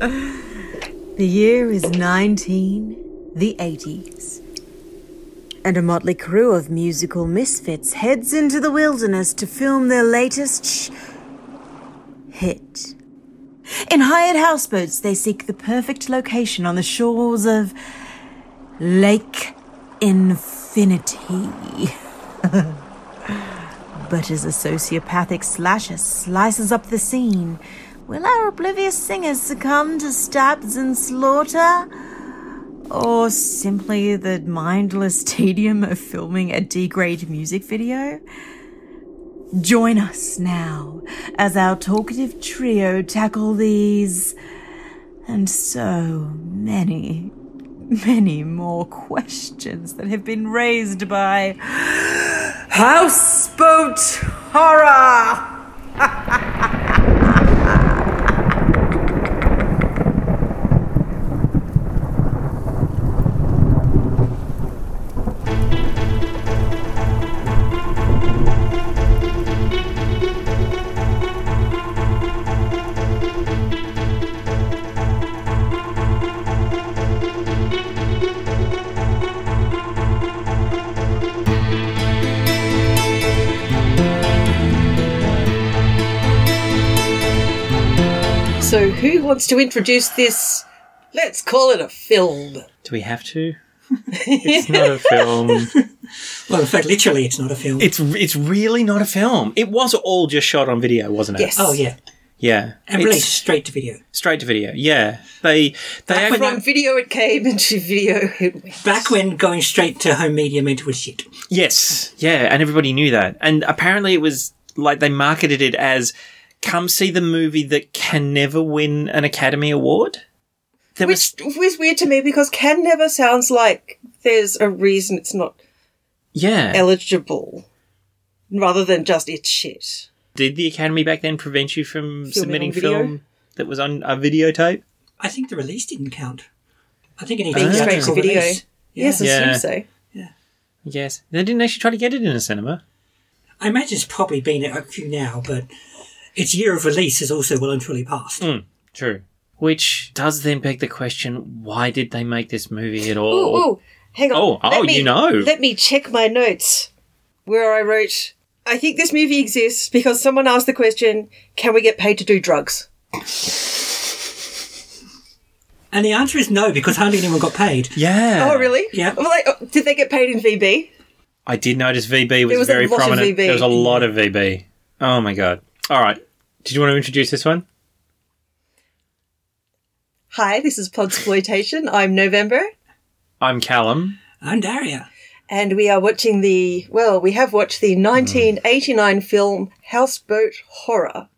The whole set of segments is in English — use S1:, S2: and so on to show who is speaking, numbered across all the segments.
S1: The year is 19, the 80s. And a motley crew of musical misfits heads into the wilderness to film their latest sh- hit. In hired houseboats, they seek the perfect location on the shores of Lake Infinity. but as a sociopathic slasher slices up the scene, will our oblivious singers succumb to stabs and slaughter? Or simply the mindless tedium of filming a D grade music video? Join us now as our talkative trio tackle these and so many, many more questions that have been raised by Houseboat Horror!
S2: So, who wants to introduce this? Let's call it a film.
S3: Do we have to? it's not a film.
S4: Well, in fact, literally, it's not a film.
S3: It's it's really not a film. It was all just shot on video, wasn't it?
S2: Yes.
S4: oh yeah,
S3: Yeah.
S4: and
S3: It's
S4: released straight to video.
S3: straight to video. Yeah. They they
S4: Back
S3: act-
S4: when
S2: From video it came, and to video it went.
S4: Back when going straight to home media meant it was shit.
S3: yes. Yeah, and everybody knew that. And apparently it was like they marketed it as come see the movie that can never win an Academy Award. There
S2: Which was weird to me because can never sounds like there's a reason it's not
S3: was yeah.
S2: eligible, rather than just it's shit.
S3: Did the Academy back then prevent you from submitting
S2: on video?
S3: film that was on a videotape?
S4: I think the release didn't count. I think it needed
S2: Being
S3: Ah.
S4: to be
S2: straight to
S4: actual
S2: video.
S4: release. Yeah.
S2: Yes, I
S3: Yeah.
S2: assume so.
S3: Yes. They didn't actually try to get it in a cinema.
S4: I imagine it's probably been a few now, but its year of release is also well and truly past.
S3: Mm. Hmm, True. Which does then beg the question: Why did they make this movie at all?
S2: Ooh, ooh, hang on.
S3: Oh, oh,
S2: Let me-
S3: you know.
S2: Let me check my notes where I wrote. I think this movie exists because someone asked the question: Can we get paid to do drugs?
S4: And the answer is no, because hardly anyone got paid.
S3: Uh, Yeah.
S2: Oh, really?
S4: Yeah.
S2: I'm like, oh, did they get paid in VB?
S3: I did notice VB was,
S2: There was a
S3: very
S2: lot of
S3: prominent.
S2: VB.
S3: There was a lot of VB. Oh my god! All right. Did you want to introduce this one?
S2: Hi, this is Podsploitation. I'm November,
S3: I'm Callum.
S4: I'm Daria.
S2: and we are watching the well, we have watched the
S3: Hmm.
S2: 1989 film Houseboat Horror.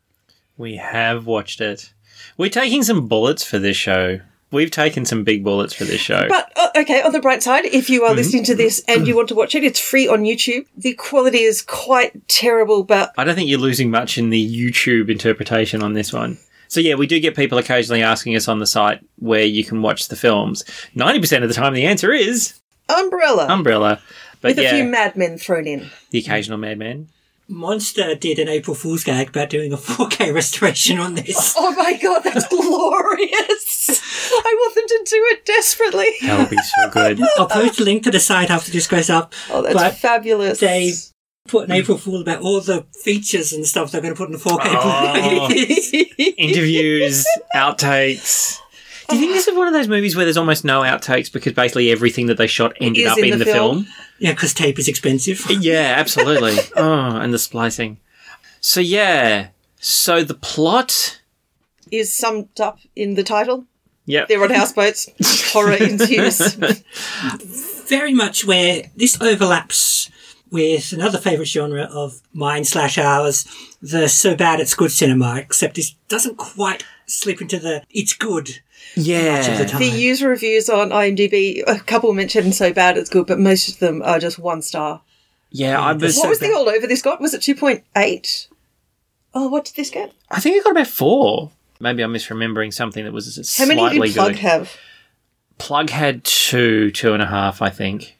S3: We have watched it. We're taking some bullets for this show. We've taken some big bullets for this show.
S2: But uh, okay, on the bright side, if you are
S3: Hmm.
S2: listening to this and you want to watch it, it's free on YouTube. The quality is quite terrible, but
S3: I don't think you're losing much in the YouTube interpretation on this one. So yeah, we do get people occasionally asking us on the site where you can watch the films. Ninety percent of the time, the answer is
S2: Umbrella
S3: Umbrella. But
S2: with
S3: yeah,
S2: a few madmen thrown in.
S3: the occasional madman.
S4: Monster did an April Fool's gag about doing a 4K restoration on this.
S2: Oh my god, that's glorious! I want them to do it desperately.
S3: That would be so good.
S4: I'll post a link to the site after this goes up.
S2: Oh, that's
S4: but
S2: fabulous.
S4: they put an April Fool about all the features and stuff they're going to put in the 4K.
S3: Oh.
S4: Blu-ray.
S3: Interviews, outtakes. Do you think this is one of those movies where there's almost no outtakes because basically everything that they shot ended
S2: Is
S3: up in,
S2: in
S3: the,
S2: the
S3: film?
S2: film.
S4: yeah, because tape is expensive.
S3: Yeah, absolutely. oh, and the splicing. So yeah, so the plot.
S2: is summed up in the title.
S3: Yep.
S2: They're on houseboats. Horror ensues.
S4: very much where this overlaps with another favourite genre of mine slash ours, the so bad it's good cinema, except it doesn't quite slip into the it's good much of the
S3: Yeah.
S4: time.
S2: The user reviews on IMDb, a couple mentioned so bad it's good, but most of them are just one star.
S3: Yeah, I was,
S2: what was
S4: bad.
S2: the all over this got? Was it 2.8? Oh, what did this get?
S3: I think I got about four. Maybe I'm misremembering something that was
S2: How
S3: slightly
S2: many did Plug
S3: good.
S2: have?
S3: Plug had two, two and a half, I think.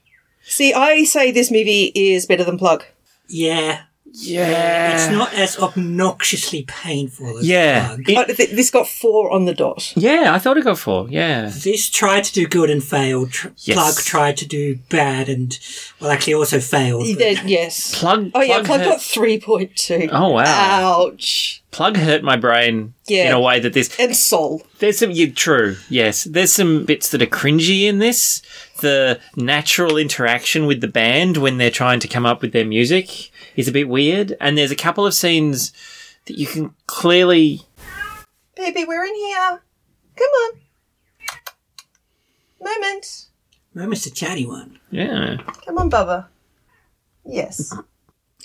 S2: See, I say this movie is better than Plug.
S4: yeah.
S3: Yeah.
S4: It's not as obnoxiously painful as
S3: Yeah.
S4: Bug.
S3: It-
S2: Oh, th- this got four on the dot.
S3: yeah, I thought it got four. Yeah.
S4: This tried to do good and failed. Tr-
S3: Yes.
S4: Plug tried to do bad and, well, actually also failed. but-
S2: Then, yes.
S3: Plug.
S2: Oh yeah,
S3: plug
S2: Plug got
S3: hurt,
S2: three point two.
S3: Oh, wow.
S2: Ouch.
S3: plug hurt my brain
S2: Yeah.
S3: in a way that this
S2: And Sol.
S3: There's some yeah, true, yes. There's some bits that are cringy in this. The natural interaction with the band when they're trying to come up with their music is a bit weird, and there's a couple of scenes that you can clearly.
S2: Baby, we're in here. Come on. Moment.
S4: Roman's the chatty one.
S3: Yeah.
S2: Come on, Bubba. Yes.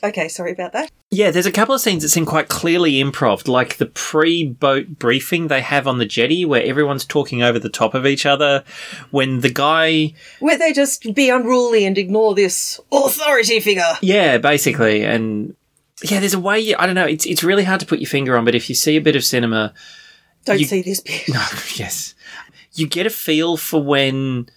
S2: Okay, sorry about that.
S3: Yeah, there's a couple of scenes that seem quite clearly improv, like the pre boat briefing they have on the jetty where everyone's talking over the top of each other. When the guy
S2: Won't they just be unruly and ignore this authority figure?
S3: Yeah, basically, and yeah, there's a way. You, I don't know. It's it's really hard to put your finger on, but if you see a bit of cinema,
S2: Don't
S3: You-
S2: see this bit.
S3: yes, you get a feel for when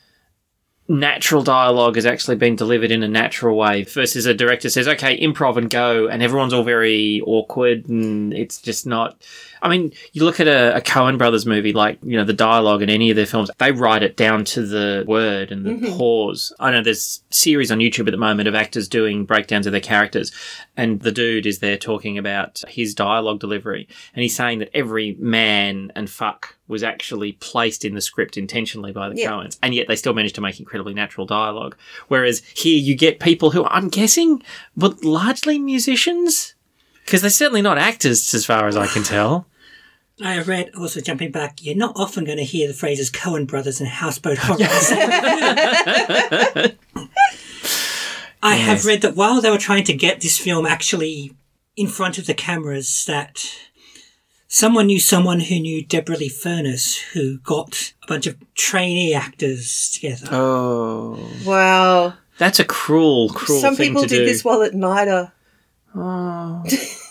S3: natural dialogue has actually been delivered in a natural way versus a director says, "Okay, improv and go," and everyone's all very awkward, and it's just not. I mean, you look at a, a Cohen Brothers movie, like you know the dialogue in any of their films, they write it down to the word and the pause. I know there's series on YouTube at the moment of actors doing breakdowns of their characters, and the dude is there talking about his dialogue delivery, and he's saying that every man and fuck was actually placed in the script intentionally by the
S2: Yeah.
S3: Coens, and yet they still managed to make incredibly natural dialogue. Whereas here you get people who I'm guessing were largely musicians. Because they're certainly not actors, as far as I can tell.
S4: I read, also jumping back, you're not often going to hear the phrases Cohen Brothers and Houseboat Horrors. I have read that while they were trying to get this film actually in front of the cameras, that someone knew someone who knew Deborah Lee Furness, who got a bunch of trainee actors together.
S3: Oh,
S2: Wow.
S3: that's a cruel, cruel
S2: Some
S3: thing
S2: people
S3: to
S2: did
S3: do.
S2: this while at NIDA.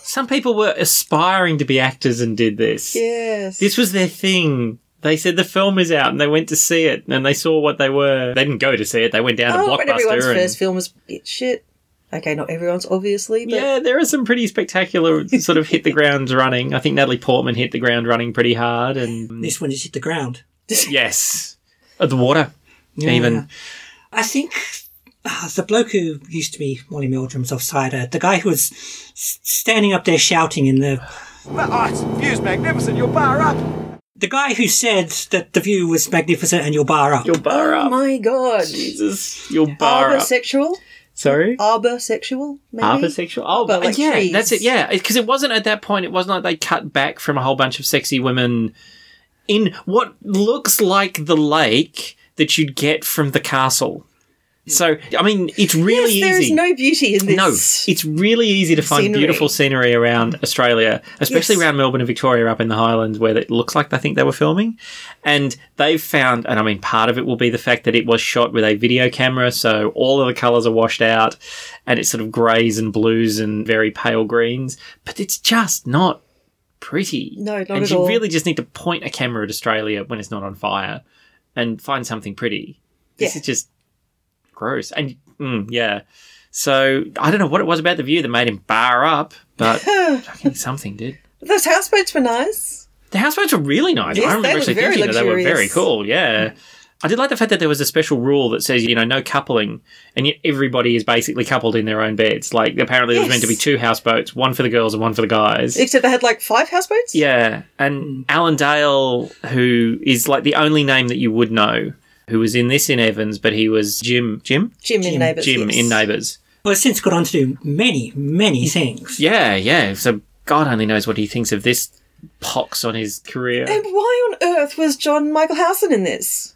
S3: Some people were aspiring to be actors and did this.
S2: Yes.
S3: This was their thing. They said the film is out, and they went to see it, and they saw what they were. They didn't go to see it. They went down
S2: oh,
S3: to
S2: but everyone's
S3: Blockbuster. And,
S2: first film was bit shit. Okay, not everyone's, obviously, but
S3: yeah, there are some pretty spectacular sort of hit the ground running. I think Natalie Portman hit the ground running pretty hard, and
S4: This one just hit the ground.
S3: yes, at the water even.
S4: I think uh, the bloke who used to be Molly Meldrum's offsider, the guy who was s- standing up there shouting in the.
S5: Oh, it's view's magnificent. You'll bar up.
S4: The guy who said that the view was magnificent and you'll bar up.
S3: Your bar up,
S2: Oh my Oh, god.
S3: Jesus, your bar up.
S2: Arbor-sexual?
S3: Sorry,
S2: Arbor-sexual, maybe?
S3: Arbor-sexual? Oh,
S2: But, like,
S3: yeah,
S2: trees.
S3: that's it. Yeah, because it wasn't at that point. It wasn't like they cut back from a whole bunch of sexy women in what looks like the lake that you'd get from the castle. So, I mean, it's really
S2: Yes, there is
S3: easy.
S2: no beauty in this.
S3: No, it's really easy to find
S2: Scenery.
S3: beautiful scenery around Australia, especially
S2: Yes.
S3: around Melbourne and Victoria up in the Highlands where it looks like they think they were filming. And they've found, and I mean, part of it will be the fact that it was shot with a video camera, so all of the colours are washed out and it's sort of greys and blues and very pale greens, but it's just not pretty.
S2: No, not
S3: And
S2: at
S3: you
S2: all.
S3: really just need to point a camera at Australia when it's not on fire and find something pretty. This
S2: Yeah.
S3: is just gross. And mm, yeah. So I don't know what it was about the view that made him bar up, but fucking something did.
S2: Those houseboats were nice.
S3: The houseboats were really nice.
S2: Yes,
S3: I
S2: they
S3: remember
S2: were
S3: actually
S2: very
S3: thinking that they were very
S2: luxurious. Mm.
S3: cool. Yeah. I did like the fact that there was a special rule that says, you know, no coupling, and yet everybody is basically coupled in their own beds. Like, apparently there was meant to be
S2: Yes.
S3: two houseboats, one for the girls and one for the guys.
S2: Except they had like five houseboats?
S3: Yeah,
S2: Mm.
S3: and Alan Dale, who is like the only name that you would know, who was in this in Evans, but he was Jim, Jim,
S2: Jim, in Neighbours.
S3: Jim
S2: yes.
S3: in Neighbours.
S4: Well, it's since got on to do many, many
S5: Mm.
S4: things.
S3: Yeah, yeah. So God only knows what he thinks of this pox on his career.
S2: And why on earth was John Michael Housen in this?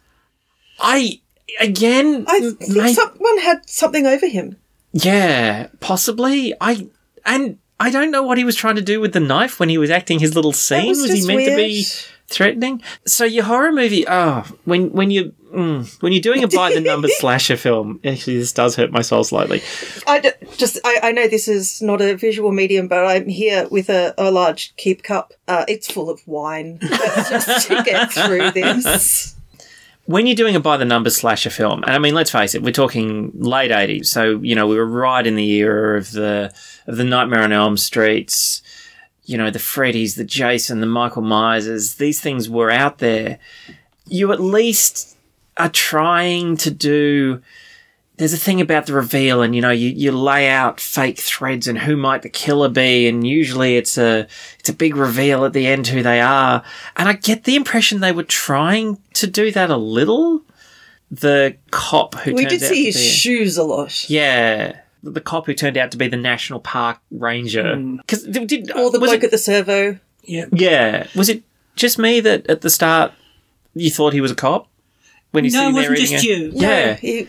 S3: I again,
S2: I think
S3: mate,
S2: someone had something over him.
S3: yeah, possibly. I and I don't know what he was trying to do with the knife when he was acting his little scene.
S2: was
S3: Was, he
S2: just
S3: meant to
S2: weird.
S3: be? Threatening. So your horror movie, oh, when when you mm, when you're doing a by the numbers slasher film, actually this does hurt my soul slightly.
S2: I d- just I, I know this is not a visual medium, but I'm here with a, a large keep cup. Uh, it's full of wine. That's just to get through this.
S3: when you're doing a by the numbers slasher film, and I mean, let's face it, we're talking late '80s, so you know we were right in the era of the of the Nightmare on Elm Streets, you know, the Freddy's, the Jason, the Michael Myers. These things were out there. You at least are trying to do. There's a thing about the reveal, and you know, you, you lay out fake threads and who might the killer be, and usually it's a it's a big reveal at the end who they are. And I get the impression they were trying to do that a little. The cop who
S2: we
S3: turns
S2: did
S3: out
S2: see
S3: to
S2: his
S3: be-
S2: shoes a lot.
S3: yeah. The the cop who turned out to be the national park ranger. Because did
S2: Hmm. Or the
S3: was
S2: bloke
S3: it,
S2: at the servo.
S4: Yeah.
S3: yeah, was it just me that at the start you thought he was a cop when you
S4: No,
S3: see
S4: it
S3: him there
S4: wasn't just
S3: eating a-
S4: you.
S2: No,
S3: Yeah,
S2: he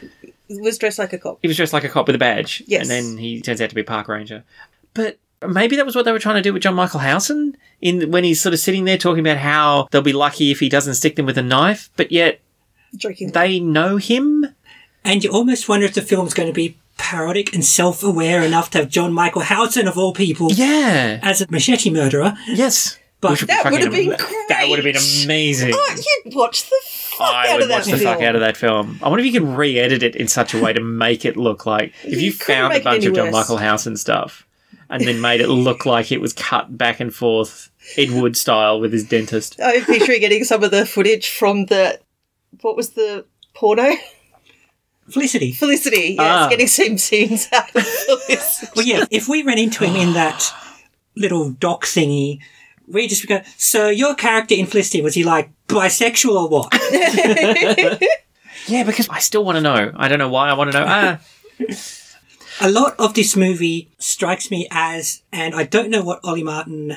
S2: was dressed like a cop.
S3: he was dressed like a cop with a badge.
S2: Yes.
S3: and then he turns out to be a park ranger. But maybe that was what they were trying to do with John Michael Housen in when he's sort of sitting there talking about how they'll be lucky if he doesn't stick them with a knife, but yet
S2: Joking.
S3: they know him.
S4: And you almost wonder if the film's going to be parodic and self aware enough to have John Michael Houghton, of all people,
S3: Yeah.
S4: as a machete murderer.
S3: Yes.
S4: But
S3: Which
S2: that
S3: fucking
S2: would have been
S3: am- That would have been
S2: great.
S3: amazing.
S2: Oh, you'd watch the fuck
S3: I
S2: out
S3: would
S2: of that
S3: watch the
S2: film.
S3: fuck out of that film. I wonder if you could re-edit it in such a way to make it look like if you,
S2: You couldn't
S3: found a
S2: make it
S3: bunch
S2: any
S3: of John
S2: worse.
S3: Michael House and stuff, and then made it look like it was cut back and forth Ed Wood style with his dentist.
S2: I'm picturing getting some of the footage from the what was the porno
S4: Felicity.
S2: Felicity. Yes,
S3: Ah.
S2: getting some scenes out of Felicity.
S4: Well, yeah, if we ran into him in that little dock thingy, we just go, So your character in Felicity, was he like bisexual or what?
S3: Yeah, because I still want to know. I don't know why I want to know. Ah,
S4: a lot of this movie strikes me as, and I don't know what Ollie Martin,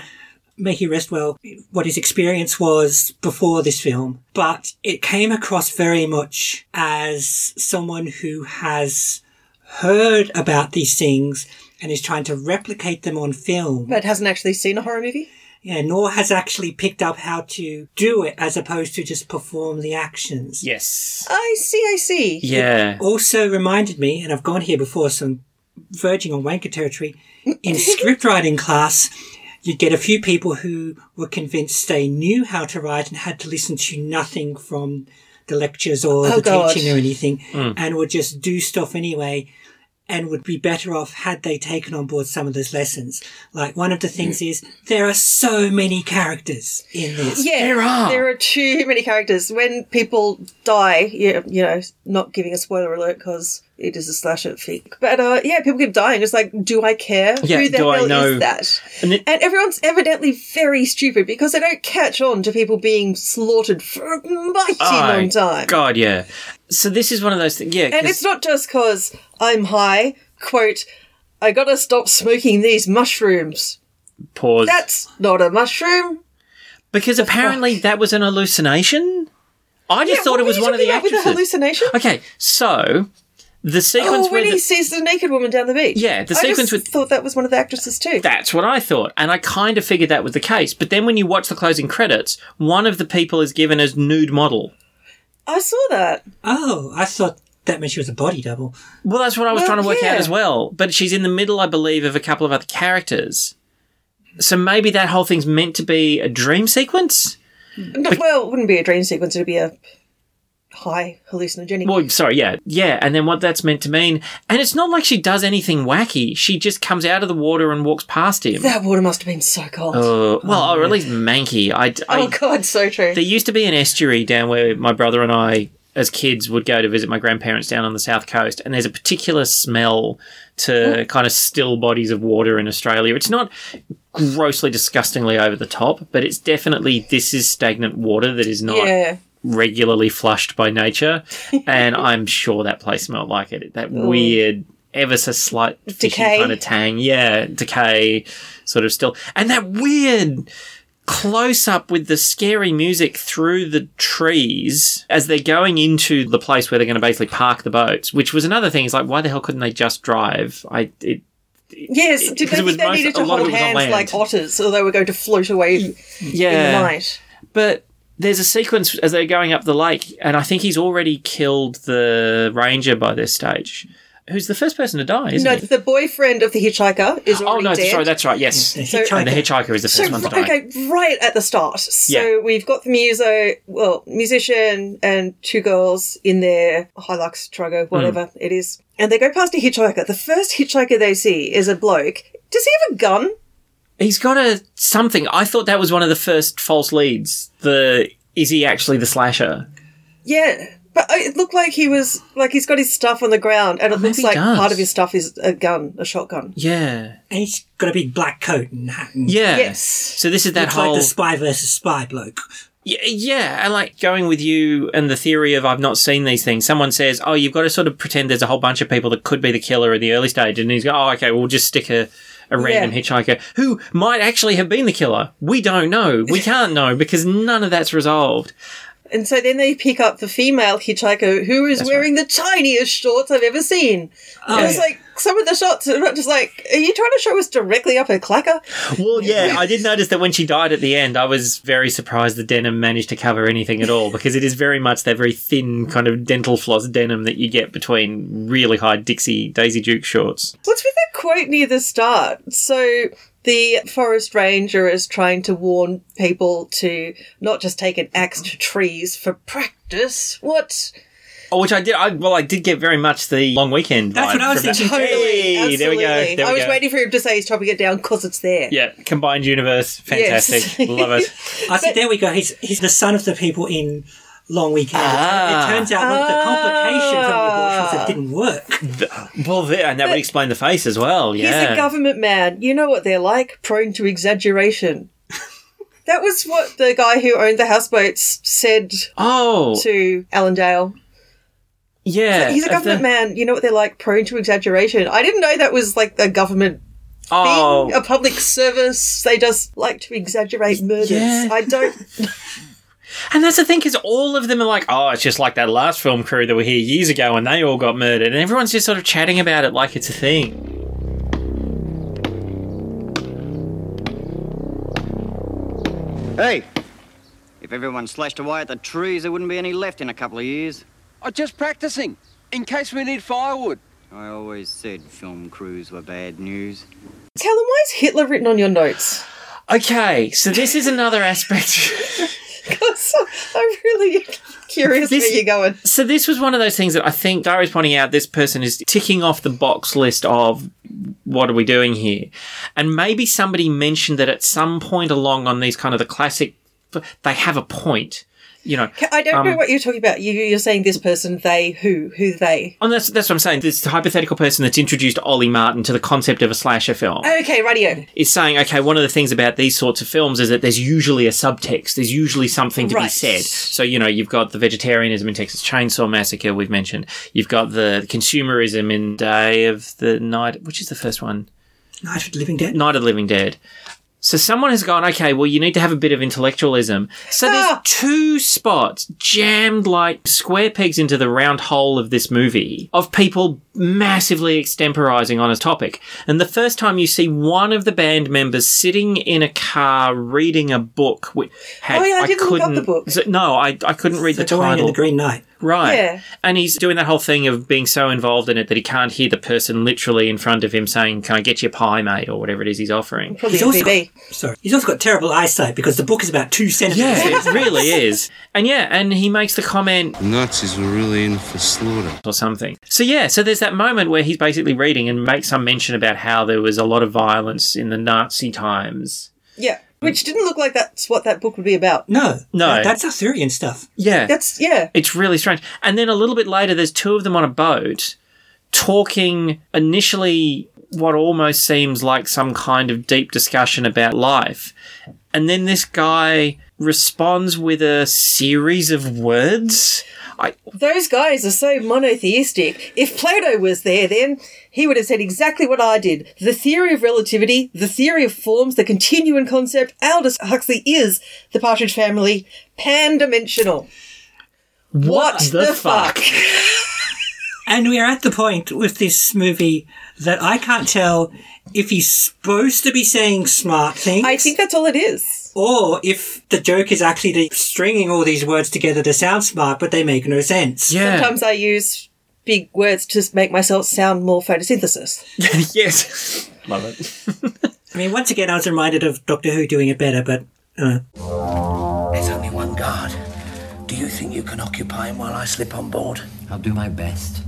S4: may he rest well, what his experience was before this film, but it came across very much as someone who has heard about these things and is trying to replicate them on film,
S2: But hasn't actually seen a horror movie.
S4: yeah, nor has actually picked up how to do it as opposed to just perform the actions.
S3: yes,
S2: I see. I see.
S3: yeah.
S4: also reminded me, and I've gone here before, some verging on wanker territory. In script writing class, you'd get a few people who were convinced they knew how to write and had to listen to nothing from the lectures or
S2: Oh,
S4: the
S2: God. Hmm.
S4: teaching or anything, and would just do stuff anyway. And would be better off had they taken on board some of those lessons. Like one of the things is there are so many characters in this.
S2: Yeah,
S3: There are.
S2: there are too many characters. When people die, you, you know, not giving a spoiler alert because it is a slasher fic. But uh, yeah, people keep dying. It's like, do I care?
S3: Yeah,
S2: Who the
S3: do I
S2: hell
S3: know?
S2: is that?
S3: And it-
S2: and everyone's evidently very stupid because they don't catch on to people being slaughtered for a mighty
S3: Aye.
S2: long time.
S3: God, yeah. So this is one of those things. Yeah,
S2: And
S3: 'cause-
S2: it's not just because I'm high. Quote, I gotta stop smoking these mushrooms.
S3: pause.
S2: That's not a mushroom.
S3: because apparently that was an hallucination. I just
S2: Yeah,
S3: thought
S2: what
S3: it was
S2: were you
S3: one of
S2: talking
S3: the
S2: about with
S3: actresses.
S2: hallucination?
S3: okay, so the sequence
S2: Oh,
S3: where
S2: when he
S3: the-
S2: sees the naked woman down the beach.
S3: Yeah, the
S2: I
S3: sequence
S2: just
S3: with-
S2: thought that was one of the actresses too.
S3: That's what I thought. And I kind of figured that was the case. But then when you watch the closing credits, one of the people is given as nude model.
S2: I saw that.
S4: Oh, I thought that meant she was a body double.
S3: Well, that's what I was
S2: Well,
S3: trying to work
S2: yeah.
S3: out as well. But she's in the middle, I believe, of a couple of other characters. So maybe that whole thing's meant to be a dream sequence?
S2: No, well, it wouldn't be a dream sequence. It'd be a high hallucinogenic.
S3: Well, sorry, yeah. Yeah, and then what that's meant to mean. And it's not like she does anything wacky. She just comes out of the water and walks past him.
S2: that water must have been so cold.
S3: Uh, well, or at least manky. I, I,
S2: oh God, so true.
S3: There used to be an estuary down where my brother and I, as kids, would go to visit my grandparents down on the south coast, and there's a particular smell to kind of still bodies of water in Australia. It's not grossly, disgustingly over the top, but it's definitely this is stagnant water that is not
S2: yeah,
S3: regularly flushed by nature, and I'm sure that place smelled like it. That weird, ever so slight fishy
S2: Decay.
S3: kind of tang. Yeah, decay, sort of still, and that weird close up with the scary music through the trees as they're going into the place where they're going to basically park the boats, which was another thing. Is like, why the hell couldn't they just drive? I it.
S2: yes. Did
S3: because
S2: they
S3: it was
S2: think they
S3: most-
S2: needed
S3: a
S2: to
S3: lot of
S2: hold
S3: it was on
S2: hands
S3: land.
S2: like otters, or they were going to float away in the
S3: Yeah,
S2: night?
S3: But there's a sequence as they're going up the lake, and I think he's already killed the ranger by this stage. who's the first person to die, isn't
S2: No,
S3: he?
S2: the boyfriend of the hitchhiker is
S3: Oh
S2: already
S3: no,
S2: dead.
S3: sorry, that's right. Yes,
S4: The
S2: So-
S3: and the
S4: hitchhiker.
S3: hitchhiker is the
S2: so,
S3: first one to die.
S2: okay, right at the start. So
S3: Yeah.
S2: we've got the muso, well, musician and two girls in their Hilux, Trigo,
S3: Hmm.
S2: whatever it is. And they go past a hitchhiker. The first hitchhiker they see is a bloke. Does he have a gun?
S3: He's got a something. I thought that was one of the first false leads. The is he actually the slasher?
S2: Yeah. But uh, it looked like he was, like he's got his stuff on the ground and it looks
S3: maybe
S2: like
S3: he does.
S2: part of his stuff is a gun, a shotgun.
S3: Yeah,
S4: And he's got a big black coat and hat. And
S3: yeah.
S2: Yes.
S3: So this is that
S4: It's
S3: whole
S4: like the spy versus spy bloke.
S3: Y- Yeah, and like going with you and the theory of I've not seen these things. Someone says, "Oh, you've got to sort of pretend there's a whole bunch of people that could be the killer in the early stage," and he's go, "Oh, okay, we'll just stick a." A random hitchhiker who might actually have been the killer. We don't know. We can't know because none of that's resolved.
S2: And so then they pick up the female hitchhiker who is wearing the tiniest shorts I've ever seen.
S3: Oh,
S2: and it's
S4: yeah.
S2: like some of the shots are not just like, are you trying to show us directly up her clacker?
S3: Well, yeah, I did notice that when she died at the end, I was very surprised the denim managed to cover anything at all because it is very much that very thin kind of dental floss denim that you get between really high Dixie Daisy Duke shorts.
S2: What's with that quote near the start? So the forest ranger is trying to warn people to not just take an axe to trees for practice. What?
S3: Oh, which I did. I well, I did get very much the long weekend.
S4: That's
S3: vibe
S4: what I was
S3: from that.
S4: thinking too.
S3: Hey,
S2: Absolutely.
S3: there we go. There
S2: I
S3: we
S2: was
S3: go.
S2: waiting for him to say he's chopping it down because it's there.
S3: Yeah, combined universe, fantastic.
S2: Yes.
S3: Love it.
S4: I said, there we go. He's, he's the son of the people in Long Weekend.
S3: Ah.
S4: It turns out one of the complications from the abortion was it didn't work.
S3: Well, there, and that would explain the face as well.
S2: He's
S3: Yeah,
S2: a government man. You know what they're like, prone to exaggeration. that was what the guy who owned the houseboats said
S3: oh,
S2: to Allendale.
S3: yeah.
S2: He's a
S3: of
S2: government
S3: the-
S2: man. You know what they're like, prone to exaggeration. I didn't know that was like a government thing,
S3: Oh,
S2: a public service. They just like to exaggerate murders.
S3: Yeah.
S2: I don't.
S3: and that's the thing because all of them are like, oh, it's just like that last film crew that were here years ago, and they all got murdered, and everyone's just sort of chatting about it like it's a thing.
S6: Hey! If everyone slashed away at the trees, there wouldn't be any left in a couple of years.
S5: I'm Oh, just practicing, in case we need firewood.
S6: I always said film crews were bad news.
S2: Callum, why is Hitler written on your notes?
S3: Okay, so this is another aspect.
S2: 'Cause I'm really curious
S3: This-
S2: where you're going.
S3: So this was one of those things that I think Diary's pointing out this person is ticking off the box list of what are we doing here? And maybe somebody mentioned that at some point along on these kind of the classic they have a point. You know,
S2: I don't know
S3: Um,
S2: what you're talking about. You, you're saying this person, they, who, who, they.
S3: and that's that's what I'm saying. This hypothetical person that's introduced Ollie Martin to the concept of a slasher film.
S2: Okay, radio.
S3: is saying, okay, one of the things about these sorts of films is that there's usually a subtext. There's usually something to be
S2: Right.
S3: said. So, you know, you've got the vegetarianism in Texas Chainsaw Massacre, we've mentioned. You've got the consumerism in Day of the Night, which is the first one?
S4: Night of the Living Dead.
S3: Night of the Living Dead. So someone has gone, okay, well, you need to have a bit of intellectualism. So there's
S2: Ah.
S3: two spots jammed like square pegs into the round hole of this movie of people massively extemporizing on a topic. And the first time you see one of the band members sitting in a car reading a book, which had,
S2: Oh, yeah, I didn't look up
S3: couldn't,
S2: the book.
S3: so- no, I, I couldn't read
S4: The
S3: the
S4: Dorian
S3: title.
S4: and the Green Knight.
S3: Right.
S2: Yeah.
S3: And he's doing that whole thing of being so involved in it that he can't hear the person literally in front of him saying, Can I get you a pie, mate? or whatever it is he's offering.
S2: Probably
S4: He's also
S2: MPB.
S4: Sorry. He's also got terrible eyesight because the book is about two
S3: Yeah,
S4: centimeters.
S3: it really is. And yeah, and he makes the comment
S7: Nazis were really in for slaughter.
S3: or something. So yeah, so there's that moment where he's basically reading and makes some mention about how there was a lot of violence in the Nazi times.
S2: Yeah. Which didn't look like that's what that book would be about.
S4: No.
S3: No.
S4: That- that's Arthurian stuff.
S3: Yeah.
S2: That's, yeah.
S3: It's really strange. And then a little bit later, there's two of them on a boat talking initially what almost seems like some kind of deep discussion about life. And then this guy responds with a series of words. I,
S2: Those guys are so monotheistic. If Plato was there, then he would have said exactly what I did. The theory of relativity, the theory of forms, the continuum concept, Aldous Huxley is the Partridge family, pan dimensional. What,
S3: the fuck?
S4: And we are at the point with this movie that I can't tell if he's supposed to be saying smart things
S2: I think that's all it is.
S4: or if the joke is actually the stringing all these words together to sound smart, but they make no sense.
S3: yeah.
S2: Sometimes I use big words to make myself sound more photosynthesis.
S3: yes. Love it.
S4: I mean, once again, I was reminded of Doctor Who doing it better, but uh,
S8: There's only one guard. Do you think you can occupy him while I slip on board? I'll do my best.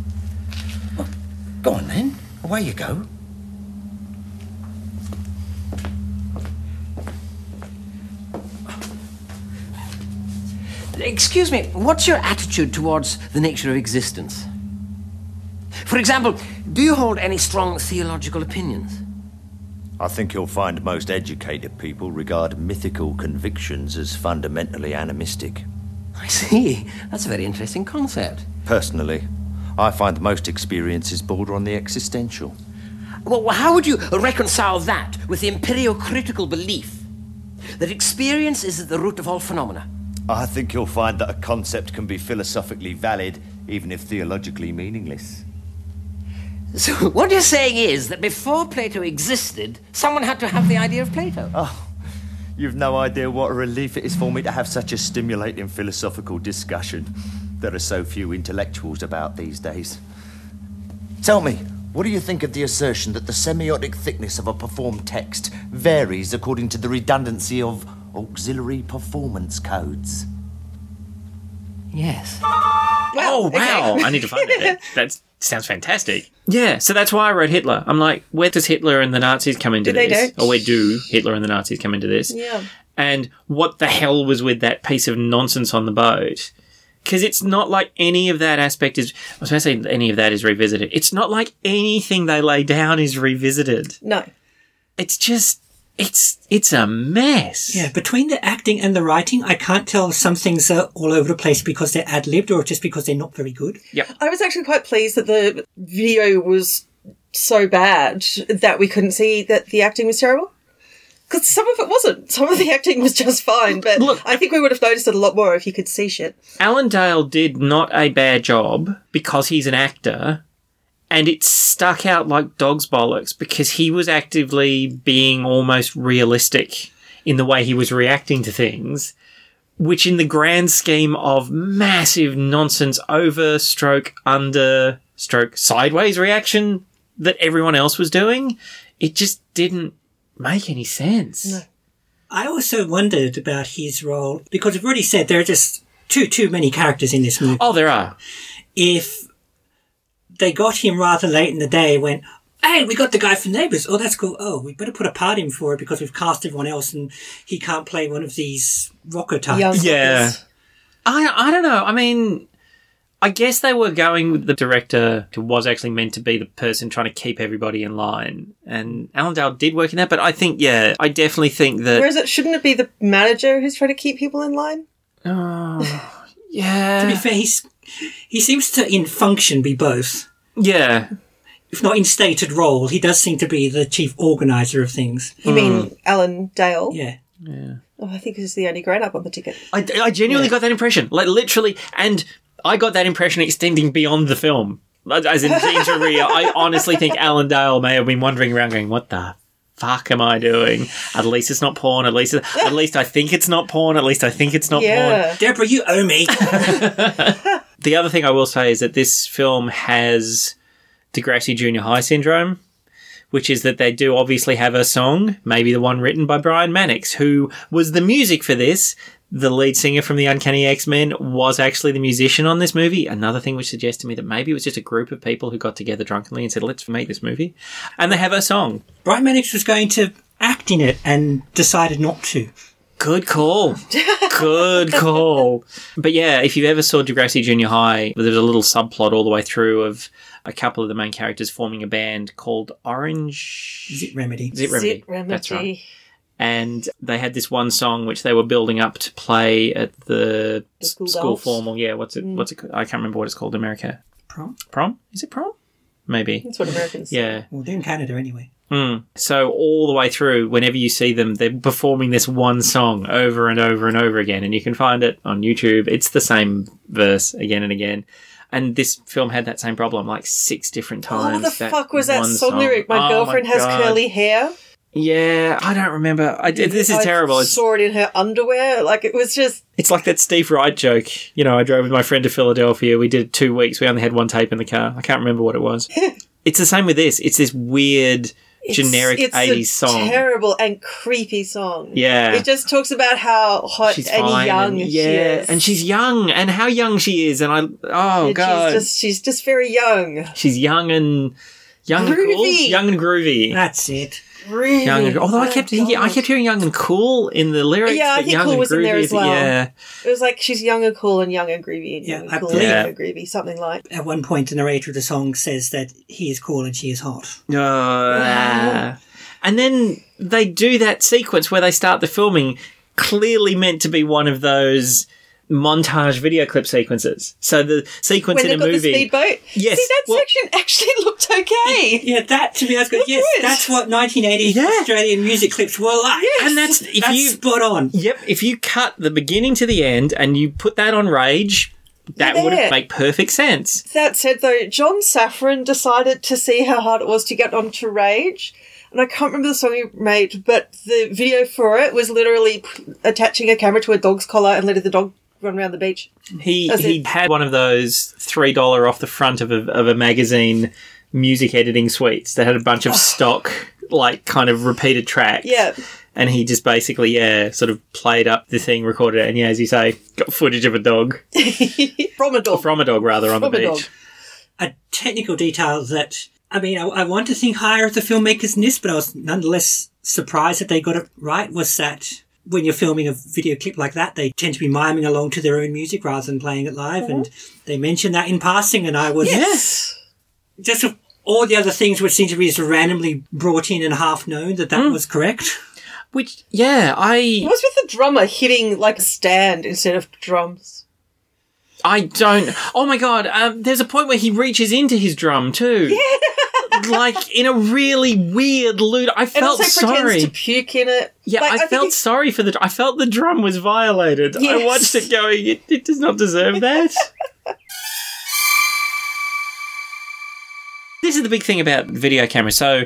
S8: Well, go on then. Away you go. Excuse me, what's your attitude towards the nature of existence? For example, do you hold any strong theological opinions?
S9: I think you'll find most educated people regard mythical convictions as fundamentally animistic.
S8: I see. That's a very interesting concept.
S9: Personally, I find most experiences border on the existential.
S8: Well, how would you reconcile that with the imperial critical belief that experience is at the root of all phenomena?
S9: I think you'll find that a concept can be philosophically valid even if theologically meaningless.
S8: So, what you're saying is that before Plato existed, someone had to have the idea of Plato.
S9: Oh, you've no idea what a relief it is for me to have such a stimulating philosophical discussion. There are so few intellectuals about these days. Tell me, what do you think of the assertion that the semiotic thickness of a performed text varies according to the redundancy of auxiliary performance codes?
S8: Yes.
S3: oh wow! I need to find that. That sounds fantastic. Yeah, so that's why I wrote Hitler. I'm like, where does Hitler and the Nazis come into
S2: they
S3: this?
S2: don't.
S3: Or where do Hitler and the Nazis come into this?
S2: Yeah.
S3: And what the hell was with that piece of nonsense on the boat? Because it's not like any of that aspect is. I was going to say any of that is revisited. It's not like anything they lay down is revisited.
S2: No.
S3: It's just. It's it's a mess.
S4: yeah, between the acting and the writing, I can't tell if some things are all over the place because they're ad libbed or just because they're not very good.
S2: I was actually quite pleased that the video was so bad that we couldn't see that the acting was terrible. Because some of it wasn't. Some of the acting was just fine, but
S3: Look-
S2: I think we would have noticed it a lot more if you could see shit.
S3: Alan Dale did not a bad job because he's an actor, and it stuck out like dog's bollocks because he was actively being almost realistic in the way he was reacting to things, which in the grand scheme of massive nonsense over stroke, under stroke, sideways reaction that everyone else was doing, it just didn't make any sense.
S4: I also wondered about his role because we've already said there are just too too many characters in this movie.
S3: Oh, there are.
S4: If they got him rather late in the day, went, "Hey, we got the guy from Neighbours. Oh, that's cool. Oh, we better put a part in for it because we've cast everyone else and he can't play one of these rocker types."
S2: Young
S3: Uh, Yeah.
S2: fuckers.
S3: I I don't know. I mean, I guess they were going with the director who was actually meant to be the person trying to keep everybody in line, and Alan Dale did work in that. But I think, yeah, I definitely think that.
S2: Whereas it shouldn't it be the manager who's trying to keep people in line?
S4: To be
S3: yeah,
S4: fair, he's, he seems to, in function, be both.
S3: yeah,
S4: If not in stated role, he does seem to be the chief organizer of things.
S2: You
S3: Hmm.
S2: mean Alan Dale?
S4: Yeah.
S2: Oh, I think he's the only grown up on the ticket.
S3: I, I genuinely got that impression. Like, literally, and I got that impression extending beyond the film. Like, As in, into real, I honestly think Alan Dale may have been wandering around going, what the fuck am I doing? At least it's not porn. At least, at least I think it's not porn. At least I think it's not porn.
S2: Yeah.
S4: Deborah, you owe me.
S3: The other thing I will say is that this film has Degrassi Junior High syndrome, which is that they do obviously have a song, maybe the one written by Brian Mannix, who was the music for this. The lead singer from the Uncanny X Men was actually the musician on this movie. Another thing which suggests to me that maybe it was just a group of people who got together drunkenly and said, let's make this movie. And they have a song.
S4: Brian Mannix was going to act in it and decided not to.
S3: Good call. Good call. But yeah, if you ever saw Degrassi Junior High, there's a little subplot all the way through of a couple of the main characters forming a band called Orange
S4: Is it Remedy?
S3: Zit Remedy.
S2: Zit Remedy.
S3: That's right. And they had this one song which they were building up to play at the, s-
S2: school
S3: school,
S2: dance.
S3: formal. Yeah, what's it? What's it? ca- I can't remember what it's called in America.
S4: Prom?
S3: Prom? Is it prom? Maybe.
S2: That's what Americans
S3: Yeah.
S4: Well, they're in Canada anyway.
S3: So all the way through, whenever you see them, they're performing this one song over and over and over again, and you can find it on YouTube. It's the same verse again and again. And this film had that same problem like six different
S2: Oh,
S3: times.
S2: what the fuck was that
S3: one
S2: song lyric?
S3: Oh
S2: My girlfriend has
S3: God.
S2: curly hair.
S3: Yeah, I don't remember. I, this is
S2: I
S3: terrible. It's,
S2: Saw it in her underwear. Like it was just
S3: it's like that Steve Wright joke. You know, I drove with my friend to Philadelphia. We did two weeks. We only had one tape in the car. I can't remember what it was. it's the same with this. It's this weird, generic
S2: it's
S3: 80s
S2: a
S3: song.
S2: Terrible and creepy song.
S3: Yeah.
S2: It just talks about how hot
S3: she's
S2: and
S3: fine.
S2: young
S3: and-
S2: she
S3: yeah,
S2: is.
S3: and she's young, and how young she is. And I, oh,
S2: And
S3: God.
S2: She's just she's just very young.
S3: She's young and young and cool.
S2: Groovy.
S3: Young and groovy.
S4: That's it.
S2: Really.
S3: young and, although I kept thinking, I
S2: God.
S3: kept hearing young and cool in the lyrics.
S2: Yeah, I
S3: but
S2: think
S3: young
S2: cool
S3: and
S2: was in there
S3: groovy,
S2: as well.
S3: Yeah,
S2: It was like she's young and cool and young and groovy and
S4: Yeah,
S2: young
S4: I
S2: and cool
S4: believe-
S2: and young and groovy, something like.
S4: At one point, the narrator of the song says that he is cool and she is hot.
S3: Uh, And then they do that sequence where they start the filming, clearly meant to be one of those montage video clip sequences. So the sequence in
S2: When they
S3: a
S2: got the
S3: movie.
S2: speedboat.
S3: Yes,
S2: See that
S3: well-
S2: section actually looked okay.
S4: Yeah, that to me, I was going, yes,
S2: good.
S4: that's what 1980s
S3: Yeah.
S4: Australian music clips were like.
S3: And that's- if
S4: That's
S3: you-
S4: spot on.
S3: Yep, if you cut the beginning to the end and you put that on Rage, that
S2: You're
S3: would
S2: there.
S3: make perfect sense.
S2: That said, though, John Safran decided to see how hard it was to get onto Rage. And I can't remember the song he made, but the video for it was literally p- attaching a camera to a dog's collar and letting the dog run around the beach.
S3: He
S2: As
S3: he
S2: in-
S3: had one of those three dollar off the front of a of a magazine music editing suites that had a bunch of stock like kind of repeated tracks.
S2: Oh. Yeah.
S3: And he just basically, yeah, sort of played up the thing, recorded it, and yeah, as you say, got footage of a dog.
S2: From a dog.
S3: From a dog rather on
S2: From
S3: the
S2: a dog.
S3: beach.
S4: A technical detail that, I mean, I, I want to think higher of the filmmakers in this, but I was nonetheless surprised that they got it right was that when you're filming a video clip like that, they tend to be miming along to their own music rather than playing it live. And they mentioned that in passing, and I was
S2: Yes.
S4: just of all the other things which seem to be just randomly brought in and half known that that was correct.
S3: Which yeah, I
S2: It was with the drummer hitting like a stand instead of drums.
S3: I don't. Oh my god! Um, there's a point where he reaches into his drum too, like in a really weird lewd. I
S2: And
S3: felt
S2: also pretends
S3: sorry.
S2: to puke in it.
S3: yeah,
S2: Like,
S3: I,
S2: think
S3: felt
S2: it's-
S3: sorry for the. I felt the drum was violated. I
S2: Yes.
S3: watched it going. It, it does not deserve that. this is the big thing about video camera. So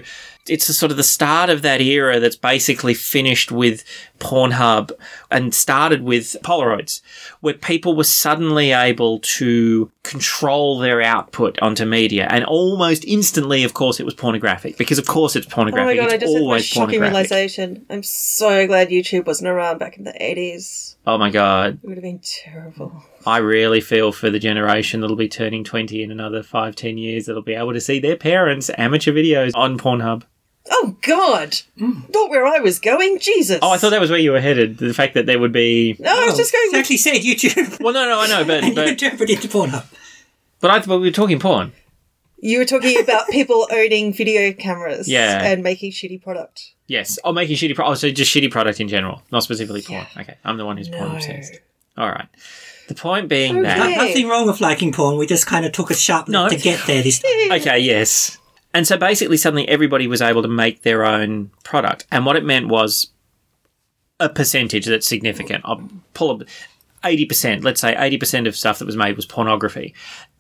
S3: it's the sort of the start of that era that's basically finished with Pornhub and started with Polaroids, where people were suddenly able to control their output onto media. And almost instantly, of course, it was pornographic because, of course, it's
S2: Oh my
S3: pornographic.
S2: god, I
S3: it's
S2: just had my
S3: always
S2: shocking
S3: pornographic.
S2: realization. I'm so glad YouTube wasn't around back in the 80s.
S3: Oh my god,
S2: It would have been terrible.
S3: I really feel for the generation that'll be turning twenty in another five, ten years that'll be able to see their parents amateur videos on Pornhub.
S2: Oh God! Not where I was going, Jesus!
S3: Hmm. Oh, I thought Oh, that was where you were headed. The fact that there would be
S2: No, I was just going.
S4: It's actually said YouTube.
S3: well, no, no, I know, but
S4: and you
S3: but,
S4: interpreted the Pornhub.
S3: but I but we were talking porn.
S2: You were talking about people owning video cameras,
S3: Yeah.
S2: and making shitty product.
S3: Yes. Oh, making shitty. Pro- oh, so just shitty product in general, not specifically porn. Okay, I'm the one who's porn obsessed. All right. The point being
S2: Okay.
S3: that
S4: No- Nothing wrong with liking porn. We just kind of took a sharp
S3: No.
S4: look to get there this time.
S3: okay, yes. And so basically, suddenly everybody was able to make their own product, and what it meant was a percentage that's significant. I'll pull up eighty percent. Let's say eighty percent of stuff that was made was pornography.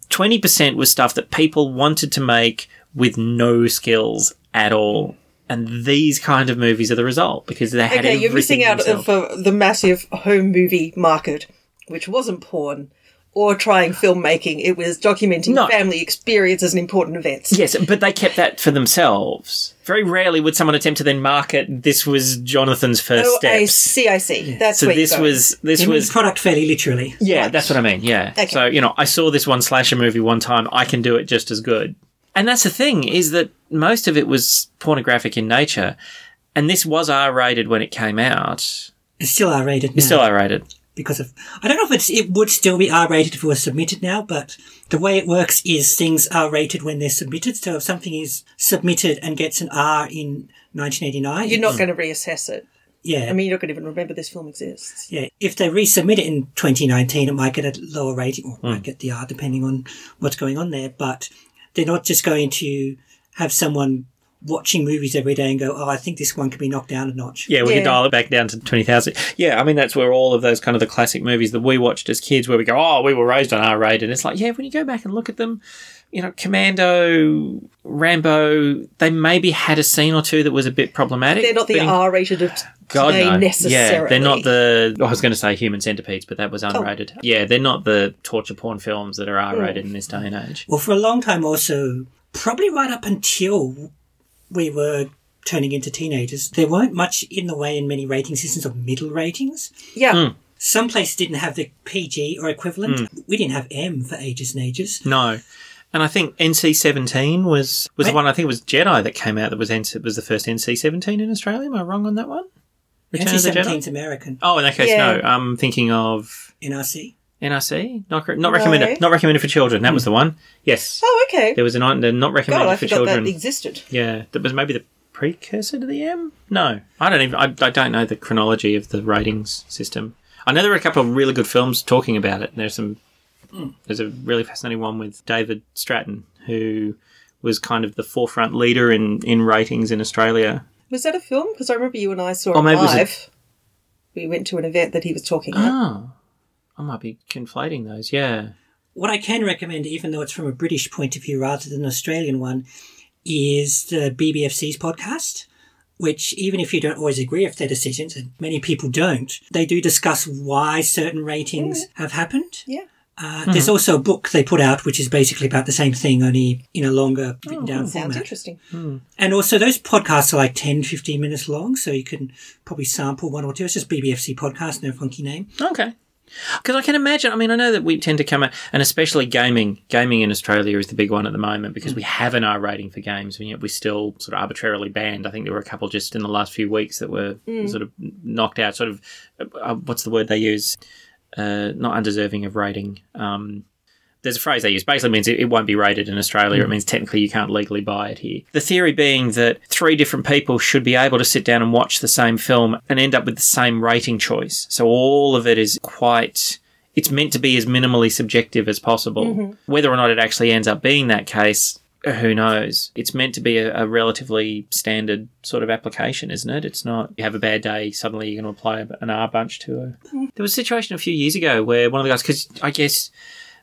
S3: Twenty percent was stuff that people wanted to make with no skills at all. And these kind of movies are the result because they had
S2: Okay,
S3: everything
S2: you're missing out
S3: themselves.
S2: of uh, the massive home movie market, which wasn't porn or trying filmmaking. It was documenting
S3: No.
S2: family experiences and important events.
S3: Yes, but they kept that for themselves. Very rarely would someone attempt to then market this was Jonathan's first
S2: Oh, I
S3: steps.
S2: see. I see. That's
S3: So
S2: where you
S3: this
S2: go.
S3: was this
S4: It was
S3: was
S4: product fairly literally.
S3: yeah, that's what I mean. Yeah.
S2: Okay.
S3: So you know, I saw this one slasher movie one time. I can do it just as good. And that's the thing is that most of it was pornographic in nature, and this was R rated when it came out.
S4: It's still R rated now
S3: It's
S2: Hmm.
S3: still R rated.
S4: because of. I don't know if it's, it would still be R rated if it was submitted now, but the way it works is things are rated when they're submitted. So if something is submitted and gets an R in 1989,
S2: You're
S3: Mm.
S2: not going to reassess it.
S4: yeah,
S2: I mean, you're not going to even remember this film exists.
S4: Yeah, if they resubmit it in 2019, it might get a lower rating or it
S3: Hmm.
S4: might get the R depending on what's going on there. But they're not just going to have someone watching movies every day and go, oh, I think this one could be knocked down a notch.
S3: Yeah, we
S2: Yeah.
S3: can dial it back down to 20,000. Yeah, I mean, that's where all of those kind of the classic movies that we watched as kids, where we go, oh, we were raised on R rated. And it's like, yeah, when you go back and look at them, you know, Commando, Rambo, they maybe had a scene or two that was a bit problematic.
S2: They're not the
S3: but in-
S2: R rated of
S3: God,
S2: today
S3: no.
S2: necessarily. Oh.
S3: Yeah, they're not the. I was going to say human centipedes, but that was unrated. Yeah, they're not the torture porn films that are
S2: Hmm.
S3: R rated in this day and age.
S4: Well, for a long time also, probably right up until we were turning into teenagers, there weren't much in the way in many rating systems of middle ratings.
S2: Yeah.
S3: Hmm.
S4: Some places didn't have the PG or equivalent. We didn't have M for ages and ages.
S3: No. And I think NC seventeen was was the
S4: Wait.
S3: one I think it was Jedi that came out that was NC, was the first NC seventeen in Australia. Am I wrong on that one? Return of the Jedi.
S4: NC-17's American.
S3: Oh, in that case,
S2: Yeah.
S3: no. I'm thinking of
S4: NRC.
S3: NRC. Not not recommended.
S2: No. Hmm.
S3: Not recommended for children. That was the one. Yes,
S2: Oh, okay.
S3: there was an on- the not recommended
S2: God, I
S3: for
S2: forgot
S3: children.
S2: that existed.
S3: Yeah, that was maybe the precursor to the M. No, I don't even. I, I don't know the chronology of the ratings system. I know there are a couple of really good films talking about it. There's some. There's a really fascinating one with David Stratton, who was kind of the forefront leader in in ratings in Australia.
S2: Was that a film? Because I remember you and I saw
S3: Oh,
S2: it
S3: maybe it was a-
S2: live. We went to an event that he was talking at.
S3: Oh, I might be conflating those. Yeah.
S4: What I can recommend, even though it's from a British point of view rather than an Australian one, is the BBFC's podcast, which, even if you don't always agree with their decisions, and many people don't, they do discuss why certain ratings have happened.
S2: Yeah.
S4: Uh, There's also a book they put out, which is basically about the same thing, only in a longer written down
S2: Oh, Sounds
S4: format.
S2: interesting.
S4: And also, those podcasts are like 10, 15 minutes long, so you can probably sample one or two. It's just BBFC podcast, no funky name.
S3: Okay. Because I can imagine. I mean, I know that we tend to come out, and especially gaming. Gaming in Australia is the big one at the moment because we have an R rating for games, and yet we're still sort of arbitrarily banned. I think there were a couple just in the last few weeks that were sort of knocked out. Sort of, uh, what's the word they use? Uh, not undeserving of rating. Um, there's a phrase they use. Basically means it, it won't be rated in Australia. It means technically you can't legally buy it here. The theory being that three different people should be able to sit down and watch the same film and end up with the same rating choice. So all of it is quite. It's meant to be as minimally subjective as possible. Whether or not it actually ends up being that case, who knows? It's meant to be a, a relatively standard sort of application, isn't it? It's not you have a bad day, suddenly you're going to apply an R bunch to a. There was a situation a few years ago where one of the guys, because I guess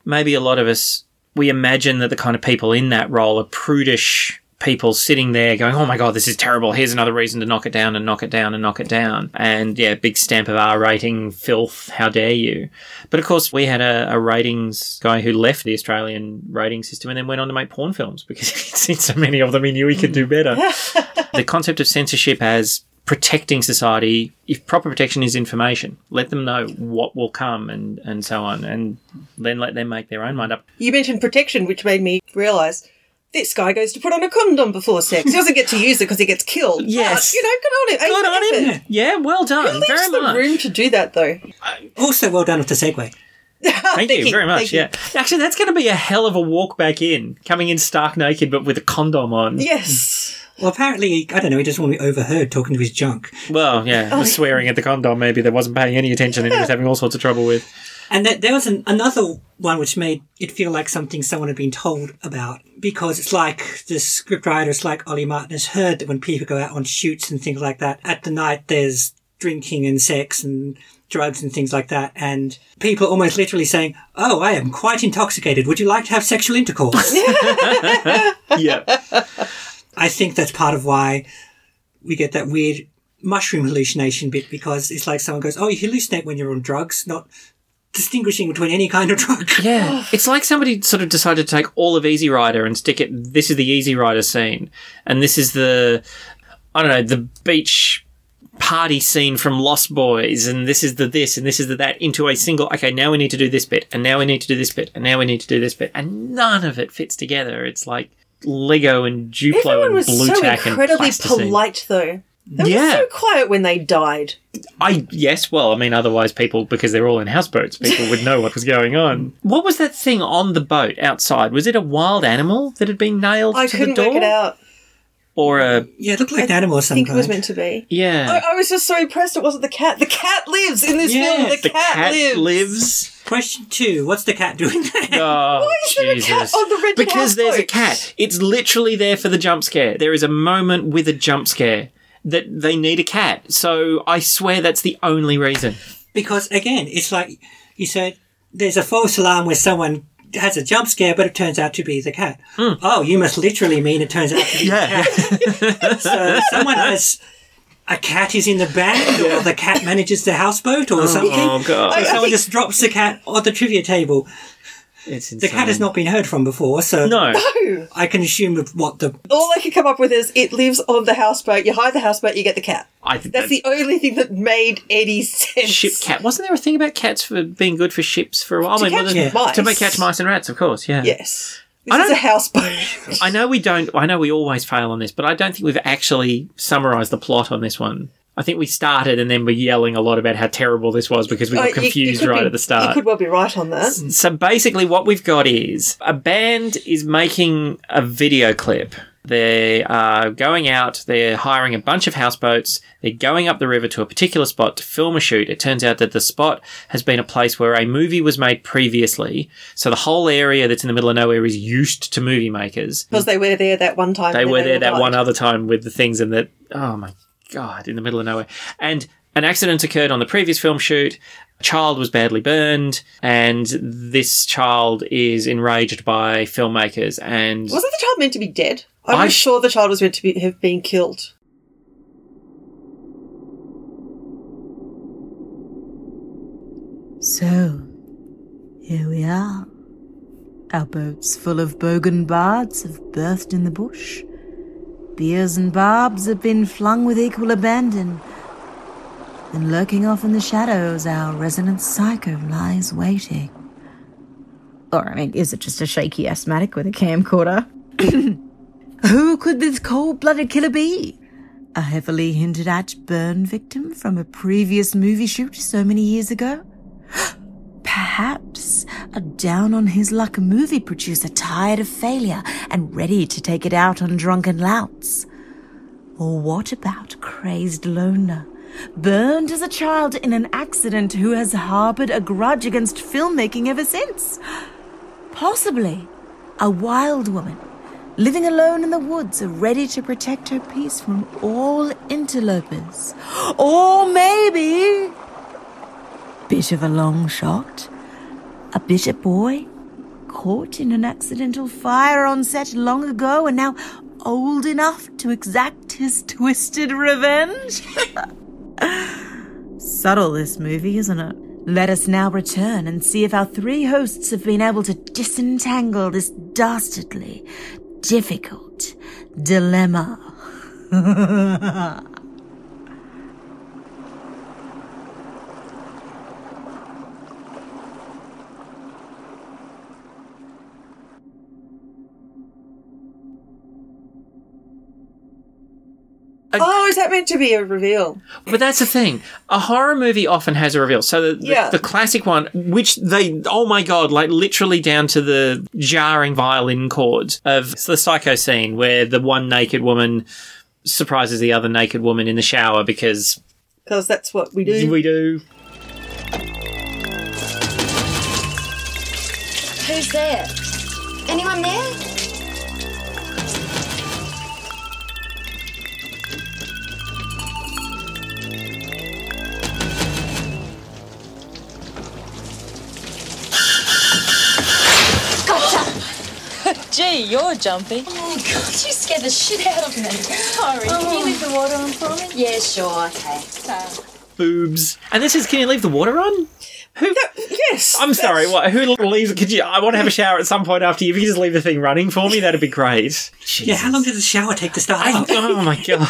S3: maybe a lot of us we imagine that the kind of people in that role are prudish people sitting there going, "Oh my god, this is terrible. Here's another reason to knock it down and knock it down and knock it down." And yeah, big stamp of R rating filth. How dare you? But of course, we had a, a ratings guy who left the Australian rating system and then went on to make porn films because he'd seen so many of them. He knew he could do better. the concept of censorship as protecting society if proper protection is information let them know what will come and and so on and then let them make their own mind up
S2: You mentioned protection, which made me realise this guy goes to put on a condom before sex. He doesn't get to use it because he gets killed. But,
S3: Yes.
S2: you know, good on him.
S3: good on him yeah well done
S2: He leaves
S3: very
S2: the
S3: much
S2: room to do that, though.
S4: Also, well done with the segue.
S3: thank, you
S2: you,
S3: very much
S2: thank you.
S3: yeah actually that's going to be a hell of a walk back in coming in stark naked but with a condom on
S2: Yes.
S3: Mm.
S4: Well, apparently, I don't know, he doesn't want to be overheard talking to his junk.
S3: well yeah
S2: Oh,
S3: the swearing at the condom maybe that wasn't paying any attention and he was having all sorts of trouble with
S4: And that, there was an, another one which made it feel like something someone had been told about because it's like the scriptwriter, it's like Ollie Martin has heard that when people go out on shoots and things like that, at the night there's drinking and sex and drugs and things like that. And people are almost literally saying, Oh, I am quite intoxicated. Would you like to have sexual intercourse?
S3: yeah
S4: I think that's part of why we get that weird mushroom hallucination bit because it's like someone goes, "Oh, you hallucinate when you're on drugs," not distinguishing between any kind of drug.
S3: Yeah, it's like somebody sort of decided to take all of Easy Rider and stick it. This is the Easy Rider scene, and this is the, I don't know, the beach party scene from Lost Boys, and this is the this, and this is the that into a single. Okay, now we need to do this bit, and now we need to do this bit, and now we need to do this bit, and none of it fits together. It's like Lego and Duplo
S2: Everyone
S3: and
S2: was
S3: Blue
S2: so
S3: Tack and
S2: incredibly
S3: plasticine.
S2: polite, though. They
S3: Yeah.
S2: were so quiet when they died.
S3: I yes, well, I mean, otherwise people because they're all in houseboats, people would know what was going on. What was that thing on the boat outside? Was it a wild animal that had been nailed
S2: I
S3: to the
S2: couldn't
S3: door,
S2: work it out.
S3: or a
S4: Yeah, it looked like an animal or
S2: I
S4: something.
S2: think it was meant to be.
S3: yeah?
S2: I, I was just so impressed it wasn't the cat. The cat lives in this
S4: Yeah,
S2: film. The,
S3: the
S2: cat, lives.
S4: Question two: What's the cat doing there?
S3: Oh,
S2: is there a cat
S3: Jesus.
S2: on the red
S3: because there's a
S2: houseboat?
S3: cat. It's literally there for the jump scare. There is a moment with a jump scare that they need a cat. So I swear that's the only reason.
S4: Because again, it's like you said, there's a false alarm where someone has a jump scare, but it turns out to be the cat. Oh, you must literally mean it turns out to be
S3: Hmm. Yeah.
S4: so someone has a cat is in the band, or the cat manages the houseboat, or something.
S3: Oh, God.
S4: Or
S3: I- I
S4: someone just drops the cat on the trivia table.
S3: It's
S4: The
S3: insane.
S4: cat has not been heard from before, so
S3: No.
S4: I can assume of what the
S2: All I could come up with is it lives on the houseboat. You hire the houseboat, you get the cat.
S3: I think
S2: That's the only thing that made any sense.
S3: Ship cat. Wasn't there a thing about cats for being good for ships for a while? To,
S2: catch mice.
S3: to make catch mice and rats, of course. Yeah.
S2: Yes. This
S3: I
S2: is a
S3: don't-
S2: houseboat.
S3: I know we don't. I know we always fail on this, but I don't think we've actually summarised the plot on this one. I think we started and then we're yelling a lot about how terrible this was because we
S2: Uh,
S3: got
S2: you- you
S3: confused
S2: could
S3: right
S2: be-
S3: at the start. Mm.
S2: You could well be right on that.
S3: So basically, what we've got is a band is making a video clip. They are going out, they're hiring a bunch of houseboats, they're going up the river to a particular spot to film a shoot. It turns out that the spot has been a place where a movie was made previously, so the whole area that's in the middle of nowhere is used to movie makers.
S2: Because they were there that one time.
S3: They
S2: and
S3: were there
S2: all
S3: that
S2: died.
S3: one other time with the things, and that, oh my God, in the middle of nowhere. And an accident occurred on the previous film shoot. A child was badly burned, and this child is enraged by filmmakers. And
S2: Wasn't the child meant to be dead? I'm
S3: I-
S2: sure the child was meant to be, have been killed.
S1: So, here we are. Our boat's full of bogan bards have berthed in the bush. Beers and barbs have been flung with equal abandon. And lurking off in the shadows, our resident psycho lies waiting. Or, I mean, is it just a shaky asthmatic with a camcorder? Who could this cold blooded killer be? A heavily hinted at burn victim from a previous movie shoot so many years ago? Perhaps a down on his luck movie producer tired of failure and ready to take it out on drunken louts. Or what about crazed loner, burned as a child in an accident who has harbored a grudge against filmmaking ever since? Possibly a wild woman living alone in the woods, ready to protect her peace from all interlopers. Or maybe bit of a long shot. A bitter boy caught in an accidental fire on set long ago and now old enough to exact his twisted revenge. Subtle, this movie, isn't it? Let us now return and see if our three hosts have been able to disentangle this dastardly, difficult dilemma.
S2: Oh, is that meant to be a reveal?
S3: But that's the thing. A horror movie often has a reveal. So the, the-
S2: Yeah.
S3: the, classic one, which they, oh my god, like literally down to the jarring violin chords of the psycho scene where the one naked woman surprises the other naked woman in the shower because
S2: Because that's what we do.
S3: we do.
S10: Who's there? Anyone there?
S11: Gee, you're jumpy.
S10: Oh, God, you scared the shit out of me. Sorry. Can you leave the water on for me? Uh. Yeah, sure. Okay.
S3: Boobs. And this is, can you leave the water on? Who?
S2: yes.
S3: I'm sorry. What, who leaves? Could you? I want to have a shower at some point after you. If you could just leave the thing running for me, that'd be great.
S4: yeah. How long did the shower take to start? up?
S3: oh my god.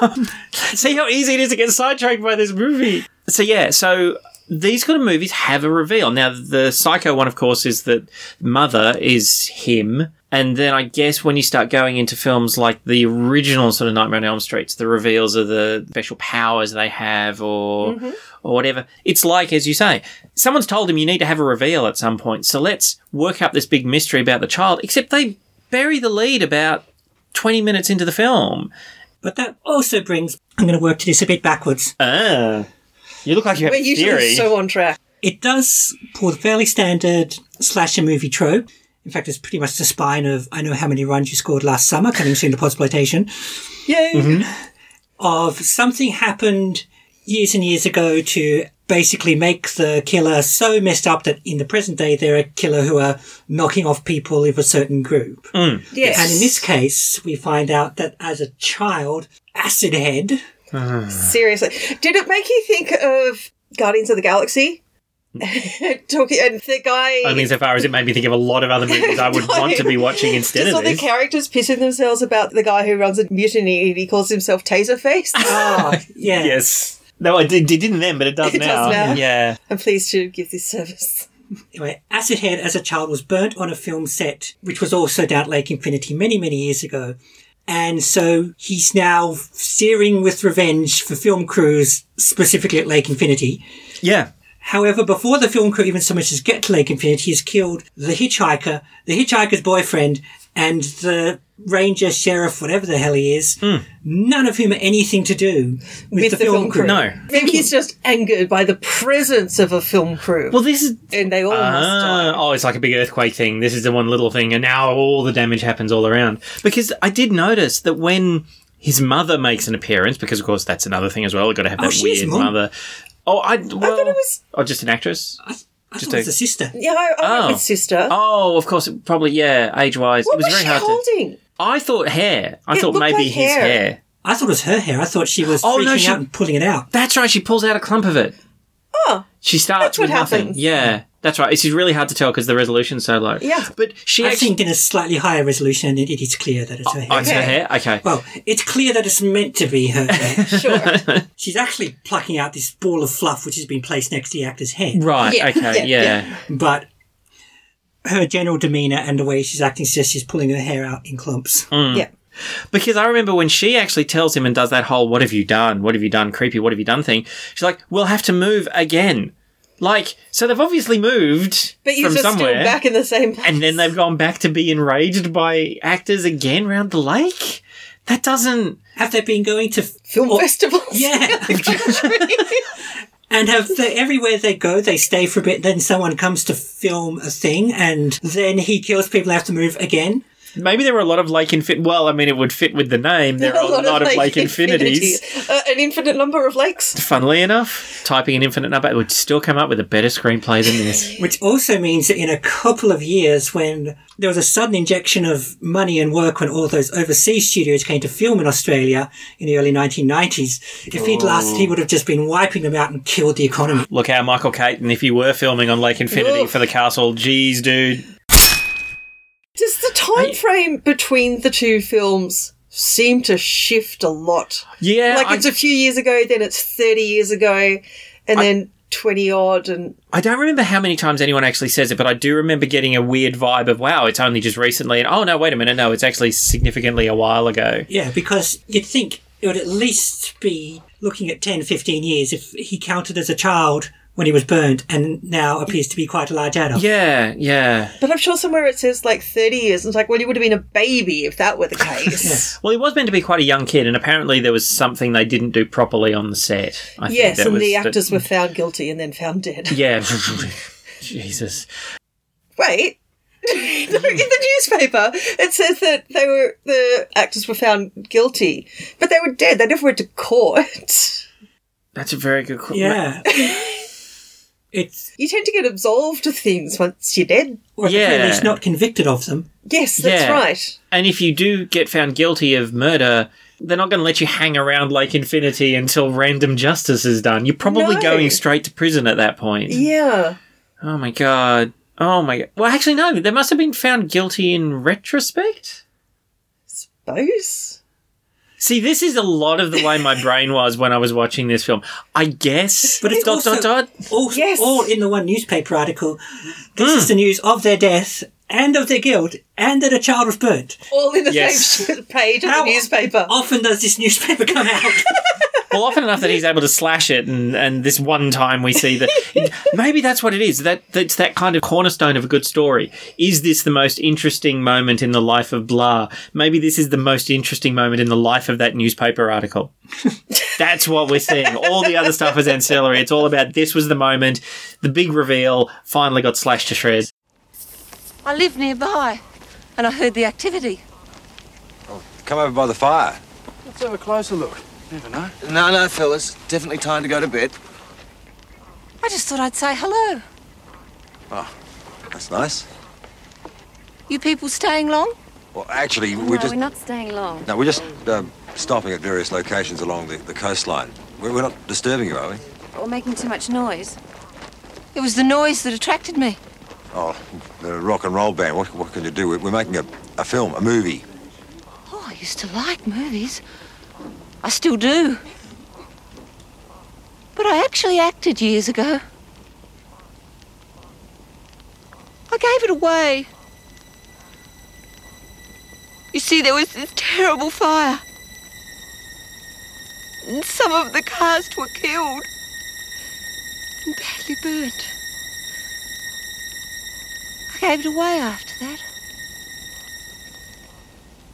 S3: Um, see how easy it is to get sidetracked by this movie. So yeah, so these kind of movies have a reveal. Now the psycho one of course is that mother is him. And then I guess when you start going into films like the original sort of Nightmare on Elm Streets, the reveals of the special powers they have or or whatever. It's like as you say, someone's told him you need to have a reveal at some point. So let's work up this big mystery about the child, except they bury the lead about 20 minutes into the film.
S4: But that also brings. I'm going to work to this a bit backwards.
S3: Ah. You look like you have
S2: We're usually so on track.
S4: It does pull the fairly standard slasher movie trope. In fact, it's pretty much the spine of I know how many runs you scored last summer, coming soon to Podsploitation.
S2: Yay.
S4: Of something happened years and years ago to basically make the killer so messed up that in the present day they're a killer who are knocking off people of a certain group.
S3: Mm.
S2: Yes.
S4: And in this case, we find out that as a child, Acid Head.
S2: Seriously. Did it make you think of Guardians of the Galaxy? Talking and the guy
S3: Only insofar as it made me think of a lot of other movies I would want to be watching instead
S2: just all
S3: of
S2: the
S3: this.
S2: characters pissing themselves about the guy who runs a mutiny and he calls himself Taserface.
S3: Ah.
S4: yeah.
S3: Yes. No, I did, it didn't then, but it does
S2: It does
S3: now.
S2: now.
S3: Yeah.
S2: I'm pleased to give this service.
S4: Anyway, Acid Head as a child was burnt on a film set, which was also down at Lake Infinity many, many years ago. And so he's now searing with revenge for film crews, specifically at Lake Infinity.
S3: Yeah.
S4: However, before the film crew even so much as get to Lake Infinity, he's killed the hitchhiker, the hitchhiker's boyfriend, and the ranger, sheriff, whatever the hell he is,
S3: Hmm.
S4: none of whom had anything to do with, the, film, crew.
S2: I think he's just angered by the presence of a film crew.
S3: Well, this is.
S2: And they all must die.
S3: Ah, oh, it's like a big earthquake thing. This is the one little thing, and now all the damage happens all around. Because I did notice that when his mother makes an appearance, because of course that's another thing as well. Got to have
S4: Oh,
S3: that
S4: she is
S3: weird
S4: mum.
S3: mother. Oh, I well,
S2: I thought it was.
S3: oh, just an actress.
S4: I
S3: Just
S4: thought it was
S3: a-
S4: the sister.
S2: Yeah, I, I went
S3: Oh.
S2: with sister.
S3: Oh, of course, it probably yeah. Age wise,
S2: what
S3: it was,
S2: was,
S3: very
S2: she
S3: hard. To,
S2: holding?
S3: I thought hair. I
S2: It
S3: thought
S2: looked
S3: maybe
S2: like
S3: his
S2: hair.
S3: hair.
S4: I thought it was her hair. I thought she was
S3: Oh,
S4: freaking
S3: no, she-
S4: out and pulling it out.
S3: That's right. She pulls out a clump of it.
S2: Oh,
S3: She starts
S2: That's what
S3: with nothing.
S2: happens.
S3: Yeah, that's right. It's just really hard to tell because the resolution's so low.
S2: yeah.
S3: but she
S4: I
S3: actually.
S4: think in a slightly higher resolution, and it, it is clear that it's her hair.
S3: Oh, it's her hair. Okay.
S4: Well, it's clear that it's meant to be her hair.
S2: Sure.
S4: She's actually plucking out this ball of fluff which has been placed next to the actor's head.
S3: Right.
S2: Yeah,
S3: Okay.
S2: yeah,
S3: yeah.
S4: But her general demeanour and the way she's acting suggests she's pulling her hair out in clumps.
S2: yeah.
S3: Because I remember when she actually tells him and does that whole "What have you done? What have you done? Creepy. What have you done?" thing. She's like, "We'll have to move again." Like, so they've obviously moved
S2: But you're
S3: from
S2: just
S3: somewhere,
S2: still back in the same place.
S3: and then they've gone back to be enraged by actors again round the lake. That doesn't.
S4: Have they been going to
S2: Film festivals.
S4: Yeah. and have they, everywhere they go, they stay for a bit. Then someone comes to film a thing, and then he kills people. Have to move again.
S3: Maybe there were a lot of Lake Infin. Well, I mean, it would fit with the name. There are a lot, of, Lake Infinities.
S2: Infinity. Uh, an infinite number of lakes.
S3: Funnily enough, typing an infinite number it would still come up with a better screenplay than this.
S4: Which also means that in a couple of years, when there was a sudden injection of money and work when all those overseas studios came to film in Australia in the early 1990s, if he'd lasted, he would have just been wiping them out and killed the economy.
S3: Look out, Michael Caton, if you were filming on Lake Infinity
S2: Oof.
S3: for the castle, geez, dude.
S2: Does the time frame between the two films seem to shift a lot?
S3: Yeah,
S2: like
S3: I-
S2: it's a few years ago, then it's thirty years ago, and then twenty odd, and
S3: I don't remember how many times anyone actually says it, but I do remember getting a weird vibe of wow, it's only just recently, and oh no, wait a minute, no, it's actually significantly a while ago.
S4: Yeah, because you'd think it would at least be looking at 10, 15 years if he counted as a child when he was burned and now appears to be quite a large adult.
S3: Yeah, yeah.
S2: but I'm sure somewhere it says like thirty years, and it's like, well, you would have been a baby if that were the case.
S3: Well, he was meant to be quite a young kid, and apparently there was something they didn't do properly on the set. I think
S2: Yes,
S3: that
S2: and
S3: was
S2: the actors
S3: that-
S2: were found guilty and then found dead.
S3: Yeah. Jesus.
S2: Wait. No, in the newspaper, it says that they were the actors were found guilty, but they were dead. They never went to court.
S3: That's a very good question.
S4: Yeah. it's,
S2: You tend to get absolved of things once you're dead.
S4: or yeah.
S3: Yeah.
S4: he's not convicted of them.
S2: Yes, that's
S3: Yeah.
S2: right.
S3: And if you do get found guilty of murder, they're not going to let you hang around Lake Infinity until random justice is done. You're probably
S2: No.
S3: going straight to prison at that point.
S2: Yeah.
S3: Oh my god. Oh my god. Well, actually, no. They must have been found guilty in retrospect.
S2: Suppose.
S3: See, this is a lot of the way my brain was when I was watching this film. I guess.
S4: But it's
S3: dot,
S4: also,
S3: dot, dot.
S4: All,
S2: Yes.
S4: all in the one newspaper article. This
S3: Hmm.
S4: is the news of their death and of their guilt and that a child was burnt.
S2: All in the
S3: Yes.
S2: same page of
S4: How
S2: the newspaper.
S4: Often does this newspaper come out?
S3: Well, often enough that he's able to slash it, and, and this one time we see that maybe that's what it is. That that's that kind of cornerstone of a good story. Is this the most interesting moment in the life of Blah? Maybe this is the most interesting moment in the life of that newspaper article. that's what we're seeing. All the other stuff is ancillary. It's all about this was the moment, the big reveal finally got slashed to shreds.
S12: I live nearby, and I heard the activity.
S5: Come over by the fire.
S7: Let's have a closer look. Never know. No, no, fellas. Definitely time to go to bed.
S12: I just thought I'd say hello.
S5: Oh, that's nice.
S12: You people staying long?
S5: Well, actually,
S12: No,
S5: we're just
S12: we're not staying long.
S5: no, we're just um, stopping at various locations along the, the coastline. We're, we're not disturbing you, are we?
S12: Or making too much noise. It was the noise that attracted me.
S5: Oh, the rock and roll band. What, what can you do? We're, we're making a, a film, a movie.
S12: Oh, I used to like movies. I still do. But I actually acted years ago. I gave it away. You see, there was this terrible fire. And some of the cast were killed and badly burnt. I gave it away after that.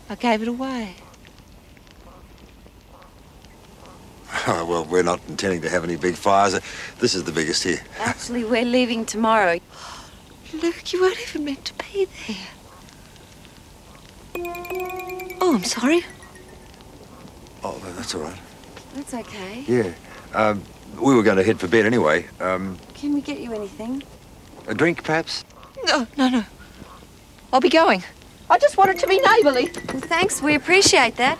S12: I gave it away.
S5: Oh, well, we're not intending to have any big fires. This is the biggest here.
S12: Actually, we're leaving tomorrow. Luke, you weren't even meant to be there. Oh, I'm sorry.
S5: Oh, well, that's all right.
S12: That's okay.
S5: Yeah. Um, we were going to head for bed anyway. Um,
S12: Can we get you anything?
S5: a drink, perhaps?
S12: No, no, no. I'll be going. I just want it to be neighbourly. Thanks, we appreciate that.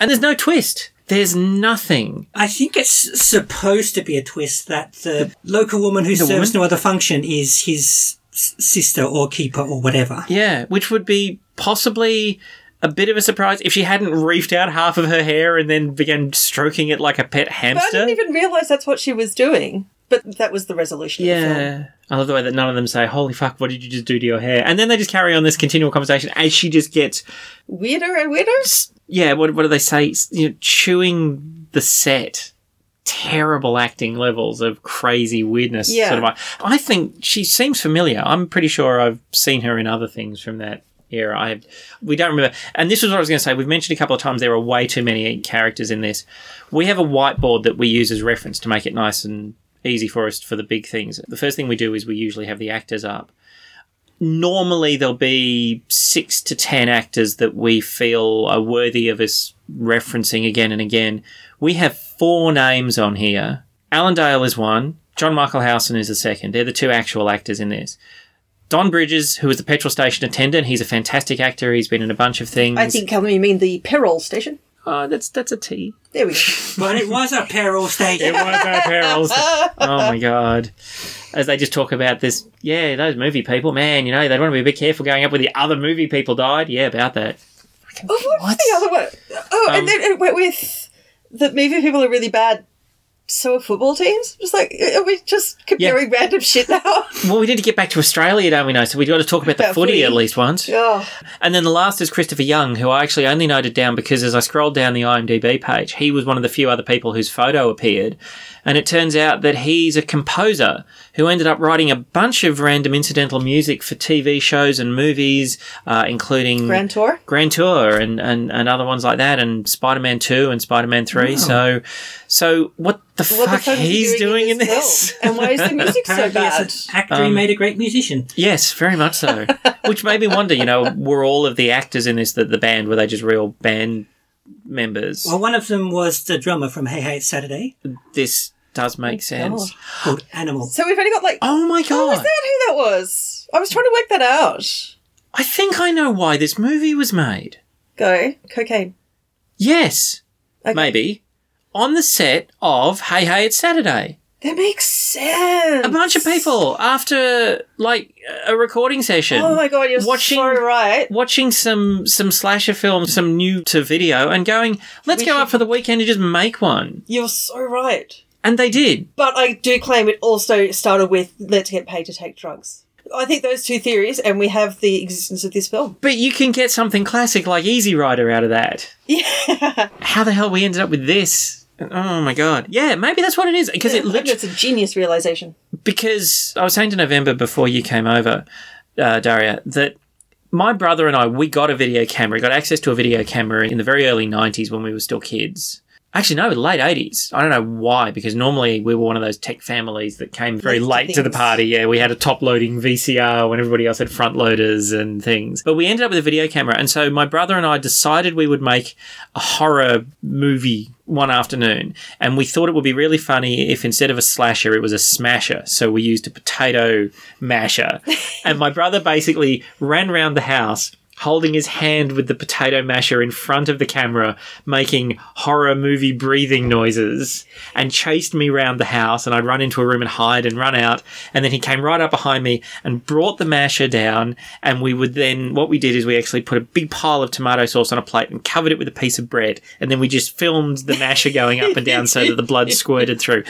S3: And there's no twist. There's nothing.
S4: I think it's supposed to be a twist that the local woman who
S3: The
S4: serves
S3: woman?
S4: no other function is his s- sister or keeper or whatever.
S3: Yeah, which would be possibly a bit of a surprise if she hadn't reefed out half of her hair and then began stroking it like a pet
S2: But I
S3: hamster.
S2: didn't even realise that's what she was doing. But that was the resolution. of the film.
S3: Yeah. I love the way that none of them say, Holy fuck, what did you just do to your hair? And then they just carry on this continual conversation as she just gets,
S2: Weirder and weirder.
S3: yeah, what, what do they say? S- You know, chewing the set. Terrible acting levels of crazy weirdness.
S2: Yeah.
S3: Sort of. I think she seems familiar. I'm pretty sure I've seen her in other things from that era. I we don't remember. And this is what I was going to say. We've mentioned a couple of times there are way too many characters in this. We have a whiteboard that we use as reference to make it nice and easy for us for the big things. The first thing we do is we usually have the actors up normally there'll be six to ten actors that we feel are worthy of us referencing again and again. We have four names on here. Alan Dale is one. John Michael Howson is the second. They're the two actual actors in this. Don Bridges, who is the petrol station attendant, he's a fantastic actor. He's been in a bunch of things.
S2: I think, Calvin, you mean the peril station?
S3: Uh, that's that's a T.
S2: There we go.
S4: But it was a peril stage.
S3: It was our perils. oh my god! As they just talk about this, yeah, those movie people, man, you know, they'd want to be a bit careful going up where the other movie people died. Yeah, about that.
S2: Oh, what, was the other one? Oh,
S3: Um,
S2: and then it went with the movie people are really bad. So are football teams. Just like are we just comparing random shit now?
S3: Well, we need to get back to Australia, don't we know? So we've got to talk about the
S2: About
S3: footy,
S2: footy.
S3: at least once.
S2: oh,
S3: And then the last is Christopher Young, who I actually only noted down because as I scrolled down the IMDb page, he was one of the few other people whose photo appeared. And it turns out that he's a composer who ended up writing a bunch of random incidental music for TV shows and movies, uh, including
S2: Grand Tour.
S3: Grand Tour and, and, and other ones like that, and Spider Man Two and Spider Man Three.
S4: Wow.
S3: So, so what the
S2: Oh. What the
S3: fuck
S2: fuck is he
S3: he's doing,
S2: doing
S3: in
S2: in
S3: this?
S2: film? And why is the music so
S4: Apparently,
S2: bad?
S4: as an actor, he
S3: Um,
S4: made a great musician.
S3: Yes, very much so. Which made me wonder, you know, were all of the actors in this the, the band were they just real band members?
S4: Well, one of them was the drummer from Hey Hey It's Saturday
S3: this
S2: oh
S3: does make sense.
S4: called Animal.
S2: So we've only got like.
S3: Oh my
S2: Oh, is
S3: god!
S2: that who that was? I was trying to work that out.
S3: I think I know why this movie was made.
S2: Go cocaine.
S3: Yes,
S2: Okay.
S3: maybe on the set of Hey Hey It's Saturday.
S2: That makes sense.
S3: A bunch of people after like a recording session.
S2: Oh my god, you're
S3: watching
S2: so right.
S3: watching some some slasher films, some new to video, and going, let's
S2: We
S3: go
S2: should-
S3: up for the weekend and just make one.
S2: You're so right.
S3: And they did.
S2: But I do claim it also started with let's get paid to take drugs. I think those two theories, and we have the existence of this film.
S3: But you can get something classic like Easy Rider out of that.
S2: Yeah.
S3: How the hell we ended up with this? Oh my god. Yeah, maybe that's what it is. Because it literally.
S2: It's a genius realization.
S3: Because I was saying to November before you came over, uh, Daria, that my brother and I, we got a video camera, got access to a video camera in the very early 90s when we were still kids. Actually, no, late 80s. I don't know why, because normally we were one of those tech families that came very late to the
S13: things.
S3: party. Yeah, we had a top loading VCR when everybody else had front loaders and things. But we ended up with a video camera. And so my brother and I decided we would make a horror movie one afternoon. And we thought it would be really funny if instead of a slasher, it was a smasher. So we used a potato masher. and my brother basically ran round the house holding his hand with the potato masher in front of the camera, making horror movie breathing noises, and chased me round the house. And I'd run into a room and hide and run out. And then he came right up behind me and brought the masher down. And we would then, what we did is we actually put a big pile of tomato sauce on a plate and covered it with a piece of bread. And then we just filmed the masher going up and down so that the blood squirted through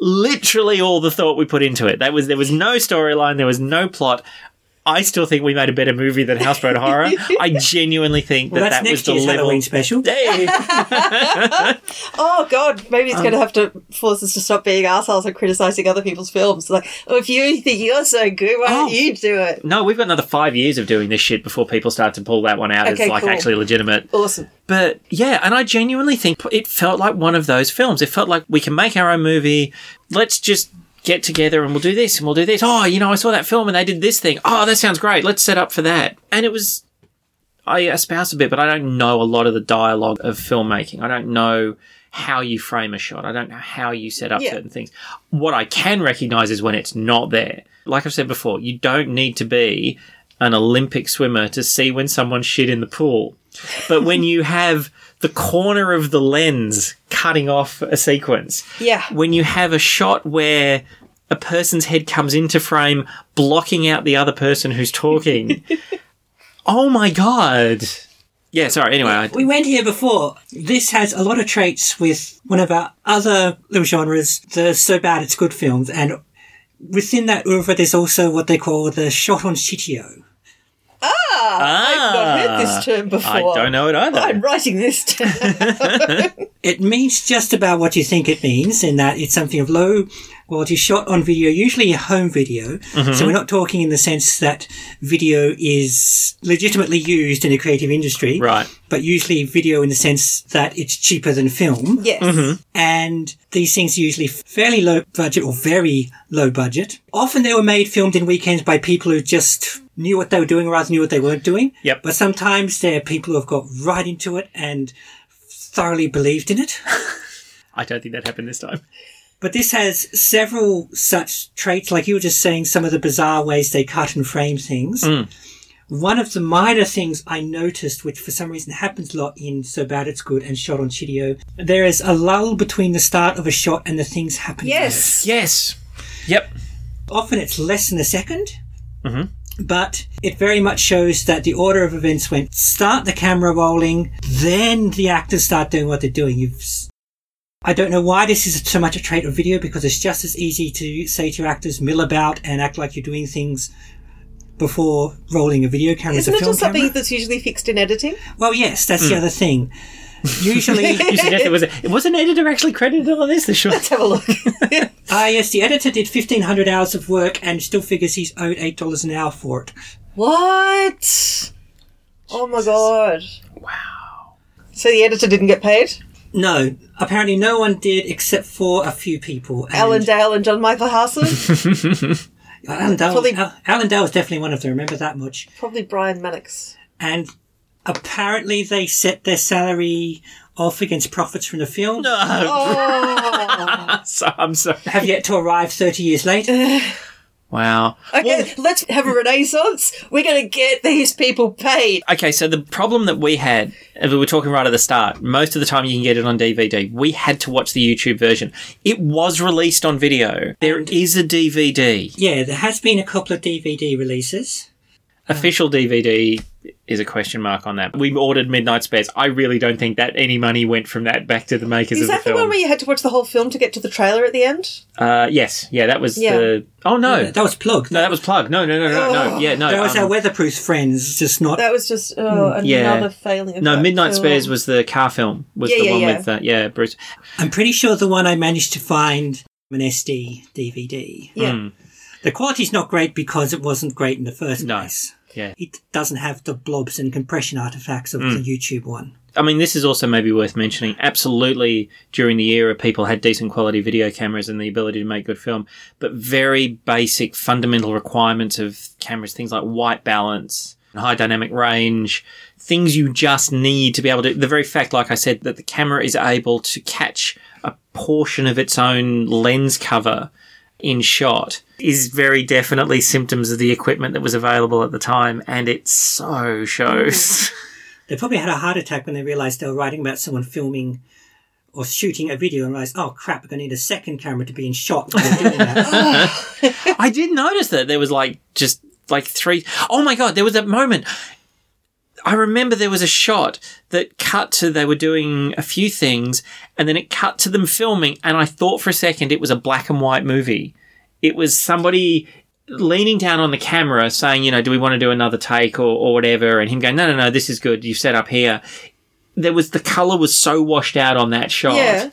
S3: literally all the thought we put into it. That was there was no storyline, there was no plot. I still think we made a better movie than Houseboat Horror. I genuinely think
S4: Well,
S3: that
S4: that's
S3: that was
S4: next
S3: the
S4: year's
S3: level.
S4: Halloween special.
S3: Hey!
S2: Oh God, maybe
S4: Um,
S2: it's going to have to force us to stop being assholes and criticizing other people's films. Like, oh, if you think you're so good, why
S4: Oh.
S2: don't you do it?
S3: No, we've got another five years of doing this shit before people start to pull that one out
S2: Okay,
S3: as like
S2: cool.
S3: actually legitimate.
S2: Awesome.
S3: But yeah, and I genuinely think it felt like one of those films. It felt like we can make our own movie. Let's just get together and we'll do this and we'll do this. Oh, you know, I saw that film and they did this thing. Oh, that sounds great. Let's set up for that. And it was I espouse a bit, but I don't know a lot of the dialogue of filmmaking. I don't know how you frame a shot. I don't know how you set up
S13: Yeah.
S3: certain things. What I can recognize is when it's not there. Like I've said before, you don't need to be an Olympic swimmer to see when someone shit in the pool. But when you have the corner of the lens cutting off a sequence,
S2: Yeah.
S3: when you have a shot where a person's head comes into frame, blocking out the other person who's talking. oh my god! Yeah, sorry. Anyway, I,
S4: We went here before. This has a lot of traits with one of our other little genres, the so bad it's good films, and within that oeuvre, there's also what they call the shot on shitio.
S2: Ah, I've not heard this term before.
S4: Ah, I don't know it either.
S2: I'm writing this down.
S4: It means just about what you think it means in that it's something of low quality shot on video, usually a home video.
S13: Mhm.
S4: So we're not talking in the sense that video is legitimately used in the creative industry.
S3: Right.
S4: But usually video in the sense that it's cheaper than film.
S2: Yes. Mhm.
S4: And these things are usually fairly low budget or very low budget. Often they were made filmed in weekends by people who just knew what they were doing rather than knew what they weren't doing.
S3: Yep.
S4: But sometimes they're people who have got right into it and thoroughly believed in it.
S3: I don't think that happened this time.
S4: But this has several such traits, like you were just saying, some of the bizarre ways they cut and frame things.
S3: Mm.
S4: One of the minor things I noticed, which for some reason happens a lot in So Bad It's Good and Shot on Chideo, there is a lull between the start of a shot and the things happening.
S2: Yes.
S3: Yes. Yep.
S4: Often it's less than a second,
S3: Mm-hmm.
S4: but it very much shows that the order of events went start the camera rolling, then the actors start doing what they're doing. You've s- I don't know why this is so much a trait of video because it's just as easy to say to actors mill about and act like you're doing things before rolling a video camera as
S2: Isn't
S4: a
S2: it
S4: film
S2: just something
S4: camera.
S2: that's usually fixed in editing?
S4: Well, yes, that's the
S3: Mm.
S4: other thing. Usually,
S2: You suggest it
S3: was it was an editor actually credited on this. The short. Let's
S2: have a look.
S4: ah, yes, the editor did fifteen hundred hours of work and still figures he's owed eight dollars an hour for it.
S2: What? Oh my god! Wow. So the editor didn't get paid.
S4: No, apparently no one did except for a few people. And
S2: Alan Dale and John Michael Housen,
S4: Alan Dale,
S2: Probably-
S4: Al- Alan Dale was definitely one of them. Remember that much.
S2: probably Brian Mannix.
S4: And apparently they set their salary off against profits from the film.
S2: Oh.
S3: so, I'm sorry.
S4: Have yet to arrive thirty years later.
S3: Wow.
S2: Oh. Okay, let's have a renaissance. We're going to get these people paid.
S3: Okay, so the problem that we had, and we were talking right at the start, most of the time you can get it on DVD. We had to watch the YouTube version. It was released on video. There is a DVD.
S4: yeah, there has been a couple of DVD releases.
S3: Official DVD is a question mark on that. We ordered Midnight Spares. I really don't think that any money went from that back to the makers
S2: Is
S3: of
S2: that
S3: the
S2: the one
S3: film.
S2: where you had to watch the whole film to get to the trailer at the end?
S3: uh, yes, yeah, that was
S2: Yeah.
S3: the. Oh no,
S4: that was plug.
S3: No, that was plug. No, no, no, no, no.
S2: Oh.
S3: Yeah, no.
S4: there was
S3: um,
S4: our weatherproof friends, just not.
S2: That was just oh, another
S3: Mm, yeah.
S2: failing. Of
S3: No,
S2: that
S3: Midnight
S2: film.
S3: Spares was the car film. Was
S2: Oh. Yeah,
S3: the
S2: yeah,
S3: one
S2: yeah.
S3: with uh, yeah, Bruce.
S4: I'm pretty sure the one I managed to find an SD DVD.
S2: Yeah.
S3: Mm.
S4: The quality's not great because it wasn't great in the first place.
S3: Yeah.
S4: It doesn't have the blobs and compression artifacts of
S3: Mm.
S4: the YouTube one.
S3: I mean, this is also maybe worth mentioning. Absolutely, during the era, people had decent quality video cameras and the ability to make good film, but very basic fundamental requirements of cameras, things like white balance, high dynamic range, things you just need to be able to. The very fact, like I said, that the camera is able to catch a portion of its own lens cover in shot is very definitely symptoms of the equipment that was available at the time, and it so shows.
S4: They probably had a heart attack when they realized they were writing about someone filming or shooting a video and realized, oh crap, we're going to need a second camera to be in shot. when we're doing that.
S3: I did notice that there was like just like three oh my god, there was that moment. I remember there was a shot that cut to they were doing a few things and then it cut to them filming and I thought for a second it was a black and white movie. It was somebody leaning down on the camera saying, you know, do we want to do another take or, or whatever? And him going, no, no, no, this is good. You've set up here. There was the color was so washed out on that shot
S2: Yeah.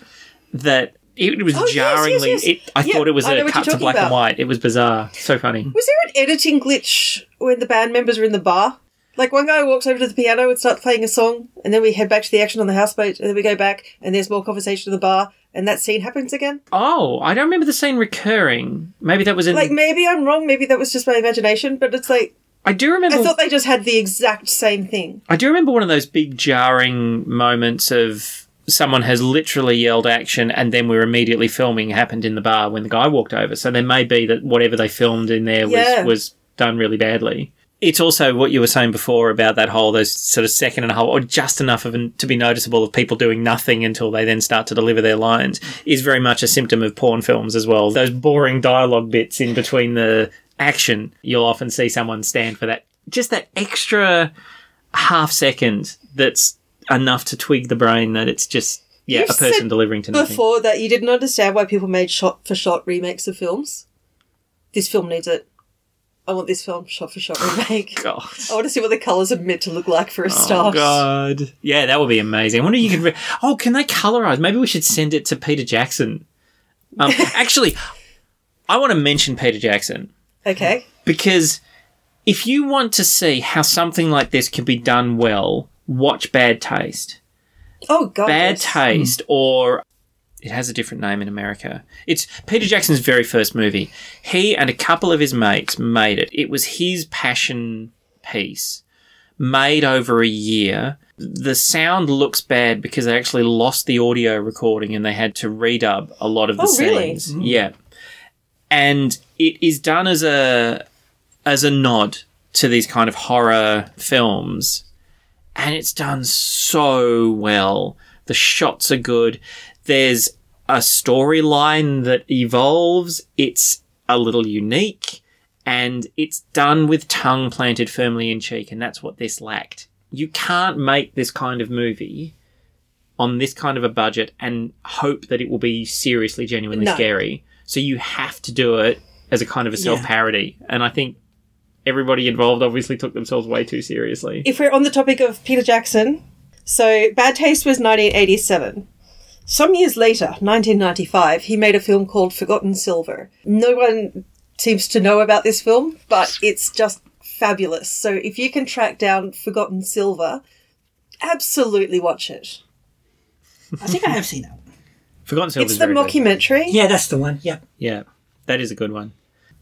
S3: that it, was
S2: Oh, yes, yes,
S3: jarringly.
S2: yes.
S3: It, I
S2: Yeah,
S3: thought it was
S2: I know
S3: a
S2: what
S3: cut
S2: you're
S3: to
S2: talking
S3: black and
S2: about.
S3: white. It was bizarre. So funny.
S2: Was there an editing glitch when the band members were in the bar? Like one guy walks over to the piano and starts playing a song, and then we head back to the action on the houseboat, and then we go back, and there's more conversation in the bar, and that scene happens again.
S3: Oh, I don't remember the scene recurring. Maybe that was in.
S2: Like maybe I'm wrong, maybe that was just my imagination, but it's like
S3: I do remember.
S2: I thought they just had the exact same thing.
S3: I do remember one of those big jarring moments of someone has literally yelled action and then we're immediately filming happened in the bar when the guy walked over. So there may be that whatever they filmed in there was,
S2: Yeah.
S3: was done really badly. It's also what you were saying before about that whole those sort of second and a half or just enough of an, to be noticeable of people doing nothing until they then start to deliver their lines is very much a symptom of porn films as well. Those boring dialogue bits in between the action, you'll often see someone stand for that just that extra half second that's enough to twig the brain that it's just yeah
S2: You've
S3: a person
S2: said
S3: delivering to nothing.
S2: Before that, you didn't understand why people made shot for shot remakes of films. This film needs it. I want this film shot for shot remake.
S3: God.
S2: I want to see what the colours are meant to look like for a
S3: Oh
S2: start.
S3: God! Yeah, that would be amazing. I wonder if you could. Re- oh, can they colorize? Maybe we should send it to Peter Jackson. Um, actually, I want to mention Peter Jackson.
S2: Okay.
S3: Because if you want to see how something like this can be done well, watch Bad Taste.
S2: Oh God. Hmm.
S3: Bad Taste, or it has a different name in America. It's Peter Jackson's very first movie. He and a couple of his mates made it. It was his passion piece, made over a year. The sound looks bad because they actually lost the audio recording and they had to redub a lot of the
S2: Oh, really?
S3: scenes. Yeah and it is done as a as a nod to these kind of horror films and it's done so well the shots are good there's a storyline that evolves it's a little unique and it's done with tongue planted firmly in cheek and that's what this lacked you can't make this kind of movie on this kind of a budget and hope that it will be seriously genuinely
S2: No.
S3: scary so you have to do it as a kind of a
S2: Yeah.
S3: self parody and i think everybody involved obviously took themselves way too seriously
S2: If we're on the topic of Peter Jackson, so Bad Taste was 1987. Some years later, 1995, he made a film called Forgotten Silver. No one seems to know about this film, but it's just fabulous. So if you can track down Forgotten Silver, absolutely watch it.
S4: I think I have seen that.
S3: forgotten Silver's
S2: It's the
S3: very good.
S2: mockumentary.
S4: Yeah, that's the one. Yeah.
S3: yeah that is a good one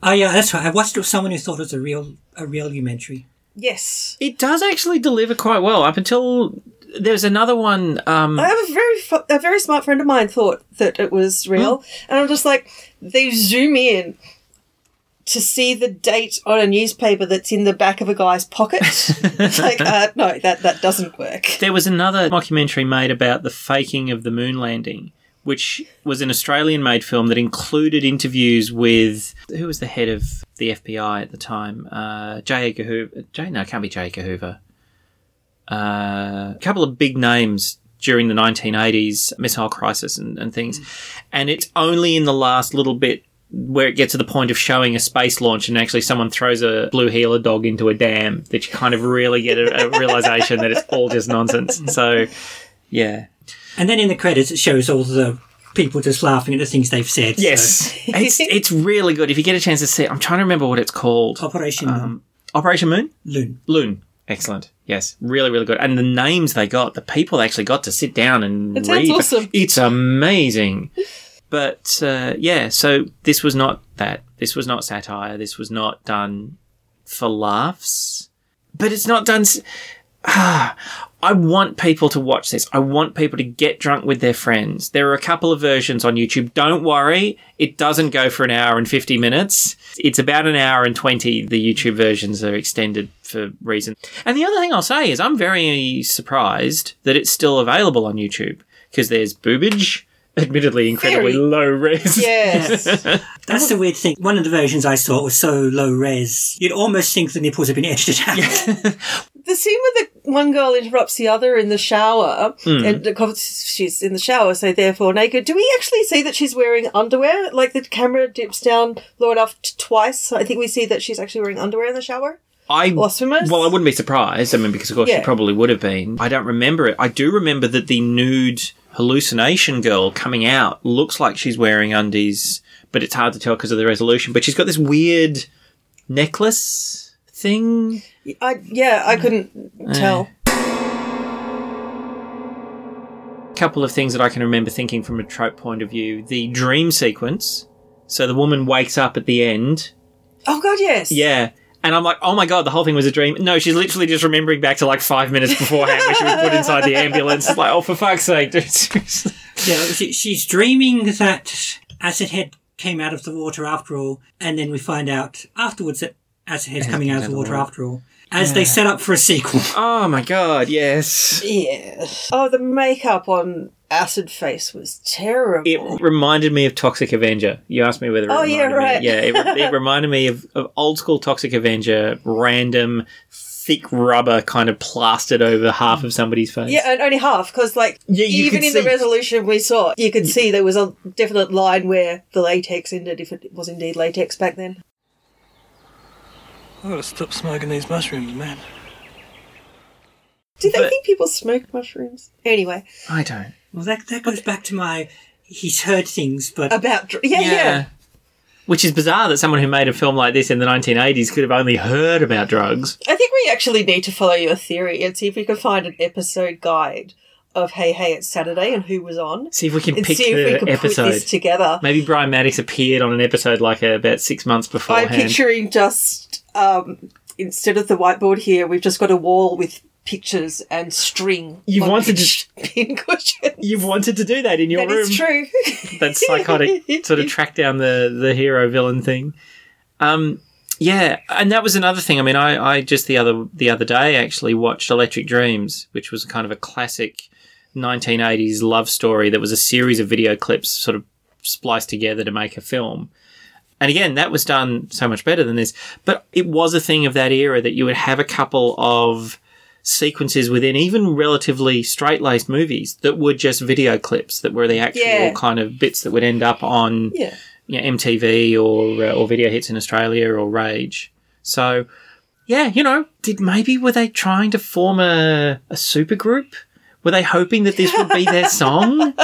S4: Oh yeah, that's right. I watched it with someone who thought it was a real a real documentary.
S2: Yes.
S3: it does actually deliver quite well up until there's another one um
S2: I have a very fu- a very smart friend of mine thought that it was real, and I'm just like they zoom in to see the date on a newspaper that's in the back of a guy's pocket. It's like, uh, no, that that doesn't work.
S3: There was another mockumentary made about the faking of the moon landing, which was an Australian made film that included interviews with who was the head of the FBI at the time? Uh, J. Edgar Hoover. J. No, it can't be J. Edgar Hoover. Uh, a couple of big names during the 1980s missile crisis and, and things. And it's only in the last little bit where it gets to the point of showing a space launch and actually someone throws a blue heeler dog into a dam that you kind of really get a, a realization that it's all just nonsense. So, yeah.
S4: And then in the credits, it shows all the people just laughing at the things they've said. so-
S3: Yes. it's, it's really good. If you get a chance to see it, I'm trying to remember what it's called.
S4: Um, Operation Moon.
S3: Operation Moon?
S4: Loon.
S3: Loon. Excellent. Yes, really, really good. And the names they got, the people they actually got to sit down and
S2: That sounds
S3: read.
S2: awesome.
S3: It's amazing. But uh, yeah, so this was not that. This was not satire. This was not done for laughs. But it's not done. S- ah, I want people to watch this. I want people to get drunk with their friends. There are a couple of versions on YouTube. Don't worry, it doesn't go for an hour and 50 minutes. It's about an hour and 20. The YouTube versions are extended for reasons. And the other thing I'll say is I'm very surprised that it's still available on YouTube because there's boobage, admittedly incredibly
S4: Very.
S3: low res.
S2: Yes.
S4: That's the weird thing. One of the versions I saw was so low res, you'd almost think the nipples had been edited out.
S2: The scene where the one girl interrupts the other in the shower,
S4: Mm.
S2: and of course she's in the shower, so therefore naked. Do we actually see that she's wearing underwear? Like the camera dips down low enough t- twice. I think we see that she's actually wearing underwear in the shower.
S3: I
S2: Or swimmers?
S3: Well, I wouldn't be surprised. I mean, because of course
S2: Yeah.
S3: she probably would have been. I don't remember it. I do remember that the nude hallucination girl coming out looks like she's wearing undies, but it's hard to tell because of the resolution. But she's got this weird necklace thing.
S2: I yeah, I couldn't
S3: Yeah.
S2: tell.
S3: couple of things that I can remember thinking from a trope point of view: the dream sequence. So the woman wakes up at the end
S2: Oh God, yes.
S3: Yeah. And I'm like, oh my god, the whole thing was a dream. No, she's literally just remembering back to like five minutes beforehand when she was put inside the ambulance. It's like, oh, for fuck's sake, dude. seriously.
S4: yeah, she, she's dreaming that Acid Head came out of the water after all, and then we find out afterwards that Acid Head's coming out of the water after all, as they
S3: Yeah.
S4: set up for a sequel.
S3: Oh my god, yes.
S2: Yeah. Oh, the makeup on Acid Face was terrible.
S3: It reminded me of Toxic Avenger. You asked me whether it
S2: Oh,
S3: reminded
S2: yeah, right.
S3: me. Yeah, it, it reminded me of, of old school Toxic Avenger, random, thick rubber kind of plastered over half of somebody's face.
S2: Yeah, and only half because, like,
S3: Yeah, you
S2: even
S3: could
S2: in
S3: see-
S2: the resolution we saw, you could see there was a definite line where the latex ended, if it was indeed latex back then.
S13: I gotta Oh, stop smoking these mushrooms, man.
S2: Did they think people smoked mushrooms? Anyway,
S3: I don't.
S4: Well, that, that goes back to my he's heard things, but.
S2: about dr- yeah, yeah,
S3: Which is bizarre that someone who made a film like this in the 1980s could have only heard about drugs.
S2: I think we actually need to follow your theory and see if we can find an episode guide of Hey Hey It's Saturday and who was on.
S3: See if we can
S2: and
S3: pick
S2: see if
S3: the
S2: we can
S3: episode.
S2: put this together.
S3: Maybe Brian Maddox appeared on an episode like uh, about six months
S2: I'm
S3: beforehand.
S2: picturing just um, instead of the whiteboard here, we've just got a wall with pictures and string.
S3: You've
S2: on
S3: wanted
S2: each pin cushion.
S3: You've wanted to do that in your
S2: That
S3: room.
S2: is true.
S3: that psychotic sort of track down the the hero villain thing. Um, yeah, and that was another thing. I mean, I, I just the other the other day actually watched Electric Dreams, which was kind of a classic 1980s love story that was a series of video clips sort of spliced together to make a film. And again, that was done so much better than this, but it was a thing of that era that you would have a couple of sequences within even relatively straight-laced movies that were just video clips that were the actual
S2: Yeah.
S3: kind of bits that would end up on
S2: Yeah.
S3: you know, MTV or uh, or video hits in Australia or Rage. So yeah, you know, did maybe were they trying to form a a super group? Were they hoping that this would be their song?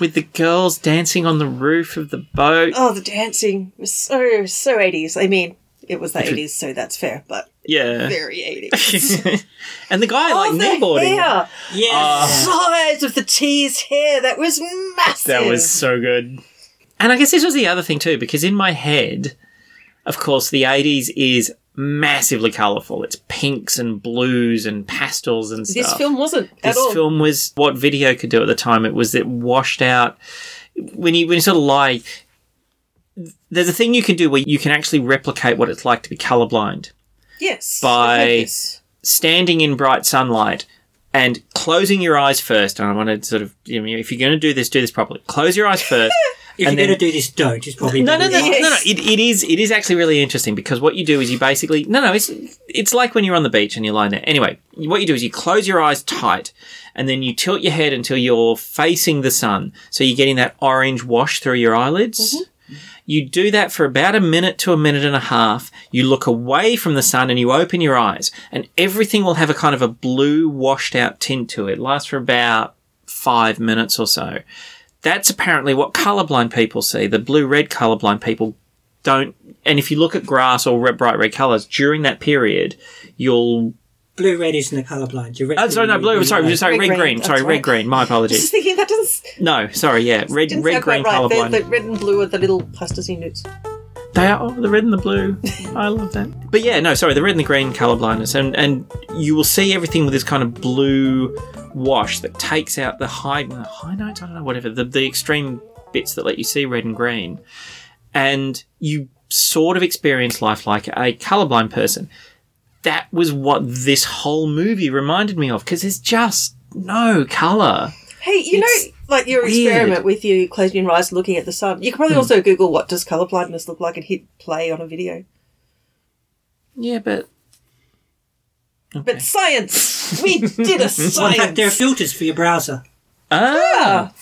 S3: With the girls dancing on the roof of the boat.
S2: Oh, the dancing was so so eighties. I mean, it was the
S3: It was-
S2: eighties, so that's fair, but
S3: Yeah.
S2: very eighties.
S3: and the guy like kneeboarding.
S2: Oh,
S3: Ah.
S2: hair.
S3: Yeah.
S2: Size of the teased hair that was massive.
S3: That was so good. And I guess this was the other thing too, because in my head, of course, the 80s is massively colourful. It's pinks and blues and pastels and stuff.
S2: This film wasn't at
S3: This
S2: all.
S3: film was what video could do at the time. It was it washed out. When you when you sort of lie, there's a thing you can do where you can actually replicate what it's like to be colourblind
S2: yes.
S3: by standing in bright sunlight and closing your eyes first. And I want to sort of, you know, if you're going to do this, do this properly. Close your eyes first.
S4: If
S3: and
S4: you're
S3: then-
S4: going to do this, don't. It's probably
S3: no, no, no,
S4: better.
S3: no, no. It, it is it is actually really interesting because what you do is you basically no, no. It's it's like when you're on the beach and you're lying there. Anyway, what you do is you close your eyes tight, and then you tilt your head until you're facing the sun, so you're getting that orange wash through your eyelids. You do that for about a minute to a minute and a half. You look away from the sun and you open your eyes, and everything will have a kind of a blue washed out tint to it. It lasts for about five minutes or so. That's apparently what colorblind people see. The blue red colorblind people don't. And if you look at grass or red, bright red colors during that period, you'll
S4: Blue red isn't a colourblind. You're red.
S3: Oh, sorry, no, blue. Sorry, just sorry, red, green. sorry, red, green. My
S2: Just
S3: apologies.
S2: thinking that doesn't,
S3: No, sorry, yeah, red,
S2: didn't
S3: red,
S2: sound quite
S3: green,
S2: right. They're-
S3: colourblind.
S2: The red and blue are the little plasticine newts.
S3: They are oh, the red and the blue. I love that. But yeah, no, sorry, the red and the green color blindness, and and you will see everything with this kind of blue wash that takes out the high the high notes. I don't know, whatever the the extreme bits that let you see red and green, and you sort of experience life like a colorblind person. That was what this whole movie reminded me of because there's just no color.
S2: Hey, you know, like your
S3: weird.
S2: experiment with you closing your eyes and looking at the sun. You can probably
S3: Hmm.
S2: also Google what does colorblindness look like and hit play on a video.
S3: Yeah, but
S2: But science, we did
S4: Well,
S2: a
S4: in fact,
S2: science.
S4: there are filters for your browser.
S3: Ah.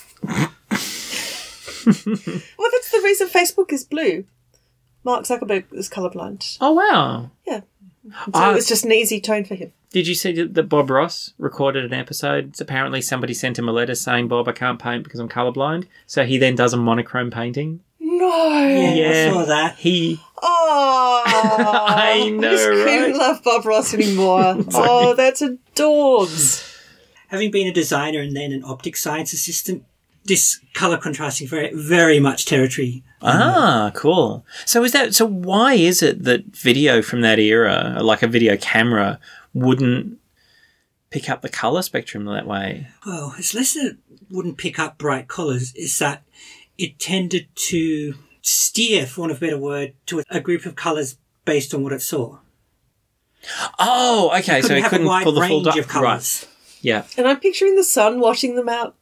S2: well, that's the reason Facebook is blue. Mark Zuckerberg is colorblind.
S3: Oh wow!
S2: Yeah, so
S3: Ah.
S2: it was just an easy tone for him.
S3: Did you see that Bob Ross recorded an episode? Apparently, somebody sent him a letter saying, "Bob, I can't paint because I'm colorblind." So he then does a monochrome painting.
S2: No.
S3: that. He
S2: Oh, I
S3: know,
S2: I just
S3: right?
S2: couldn't love Bob Ross anymore. oh, that's adorbs.
S4: Having been a designer and then an optic science assistant, this color contrasting very, very much territory.
S3: ah, cool. So is that so? Why is it that video from that era, like a video camera, wouldn't pick up the color spectrum that way?
S4: Well, it's less that it wouldn't pick up bright colours, it's that it tended to steer, for want of a better word, to a group of colours based on what it saw.
S3: Oh, okay.
S4: It
S3: so
S4: couldn't
S3: it
S4: have a
S3: couldn't
S4: wide
S3: pull the full
S4: range
S3: di-
S4: of colours.
S3: Right. Yeah.
S2: And I'm picturing the sun washing them out.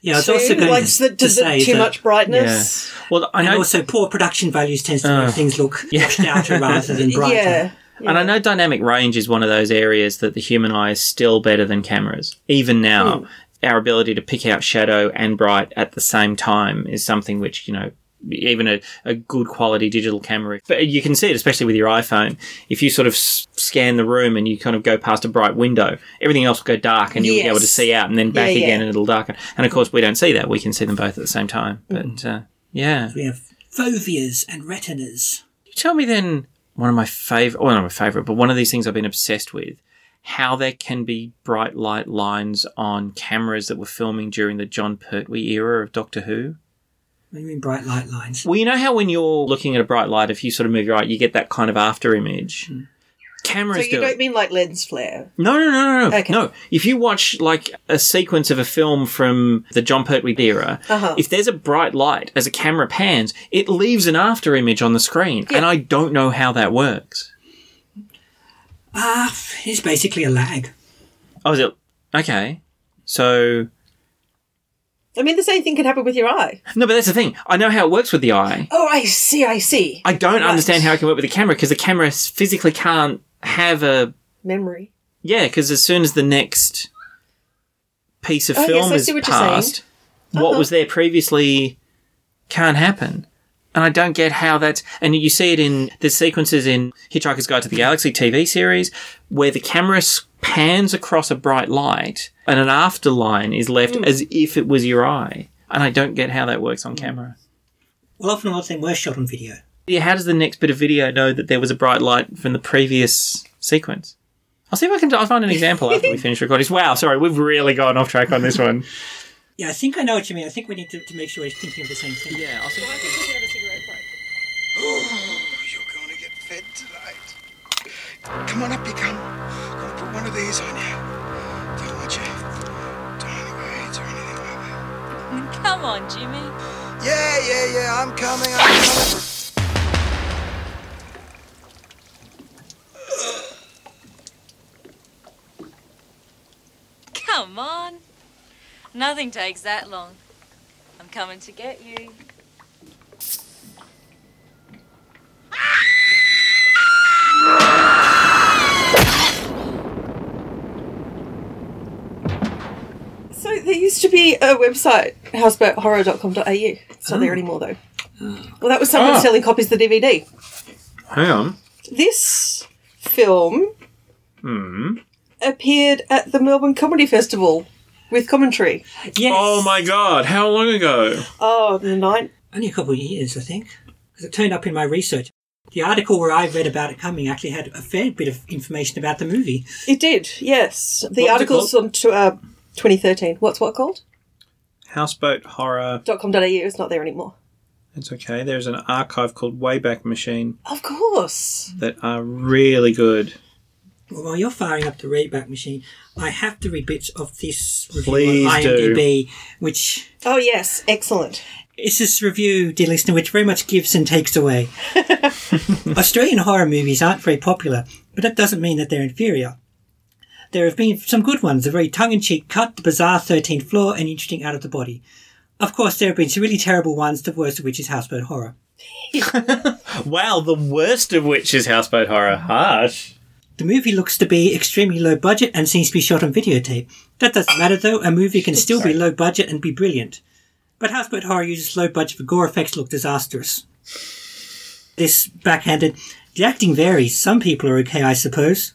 S4: Yeah, it's
S2: too,
S4: also going
S2: like
S4: to,
S2: the,
S4: to
S2: the-
S4: say
S2: too
S4: that-
S2: much brightness.
S3: Well, I
S4: and
S3: know-
S4: also poor production values tends to
S3: Ah.
S4: make things look washed outer rather than brighter.
S2: Yeah.
S3: And I know dynamic range is one of those areas that the human eye is still better than cameras. Even now,
S14: Hmm.
S3: our ability to pick out shadow and bright at the same time is something which, you know, even a, a good quality digital camera, but you can see it, especially with your iPhone. If you sort of s- scan the room and you kind of go past a bright window, everything else will go dark and you'll be able to
S14: Yes.
S3: see out and then back
S14: Yeah, yeah.
S3: again and it'll darken. And of course, we don't see that. We can see them both at the same time. But
S14: Mm-hmm.
S3: uh, yeah.
S4: We have foveas and retinas.
S3: You tell me then one of my favorite, well, not my favorite, but one of these things I've been obsessed with how there can be bright light lines on cameras that were filming during the John Pertwee era of Doctor Who.
S4: What do you mean bright light lines?
S3: Well, you know how when you're looking at a bright light, if you sort of move your eye, you get that kind of after image.
S2: Hmm. So
S3: Cameras
S2: you
S3: do
S2: don't
S3: it.
S2: mean like lens flare?
S3: No, no, no, no, no.
S2: Okay.
S3: No. If you watch like a sequence of a film from the John Pertwee era,
S2: Uh-huh.
S3: if there's a bright light as a camera pans, it leaves an after image on the screen, and I don't know how that works.
S4: Ah, it's basically a lag.
S3: Oh, is it okay? So
S2: I mean, the same thing can happen with your eye.
S3: no, but that's the thing. I know how it works with the eye.
S2: Oh, I see, I see.
S3: I don't understand how it can work with the camera because the camera s- physically can't have a
S2: Memory.
S3: yeah. Because as soon as the next piece of
S2: Oh, yes,
S3: film
S2: I
S3: is
S2: see what you're saying. Uh-huh.
S3: passed, what was there previously can't happen. And I don't get how that's, and you see it in the sequences in Hitchhiker's Guide to the Galaxy TV series where the camera s- pans across a bright light and an afterline is left
S4: Mm.
S3: as if it was your eye. And I don't get how that works
S2: Mm.
S3: on camera.
S4: Well, often a lot of them were shot on video.
S3: Yeah, how does the next bit of video know that there was a bright light from the previous sequence? I'll see if I can I'll find an example after we finish recording. Wow, sorry, we've really gone off track on this one.
S4: Yeah, I think I know what you mean. I think we need to, to make sure we're thinking of the same thing.
S3: Yeah, I'll
S15: fed tonight. Come on up, you come. Gonna put one of these on you. Don't let you die of AIDS or anything like
S11: Come on, Jimmy.
S15: that. Yeah, yeah, yeah. I'm coming. I'm coming.
S11: Come on. Nothing takes that long. I'm coming to get you.
S2: So there used to be a website, houseboathorror.com.au. It's not there
S3: Oh.
S2: anymore, though. Well, that was someone
S3: Ah.
S2: selling copies of the DVD.
S3: Hang on.
S2: This film
S3: Hmm.
S2: appeared at the Melbourne Comedy Festival with commentary.
S3: Oh my god, how long ago?
S2: Oh, the night.
S4: Only a couple of years, I think. Because it turned up in my research. The article where I read about it coming actually had a fair bit of information about the movie.
S2: It did, yes. The
S4: What was it
S2: article's on t- uh, 2013. What's what called?
S14: Houseboat horror.
S2: .com.au is not there anymore.
S14: It's okay. There's an archive called Wayback Machine
S2: Of course.
S14: that are really good.
S4: Well, while you're firing up the readback machine, I have to read bits of this review
S14: Please
S4: on
S14: do.
S4: IMDb, which
S2: Oh, yes. Excellent.
S4: It's this review, dear listener, which very much gives and takes away. Australian horror movies aren't very popular, but that doesn't mean that they're inferior. There have been some good ones, the very tongue-in-cheek cut, the bizarre 13th floor, and interesting out of the body. Of course, there have been some really terrible ones, the worst of which is Houseboat Horror.
S3: Wow, the worst of which is Houseboat Horror. Harsh.
S4: The movie looks to be extremely low budget and seems to be shot on videotape. That doesn't matter though, a movie can still be low budget and be brilliant. But Houseboat Horror uses low budget for gore effects look disastrous. This backhanded. The acting varies. Some people are okay, I suppose.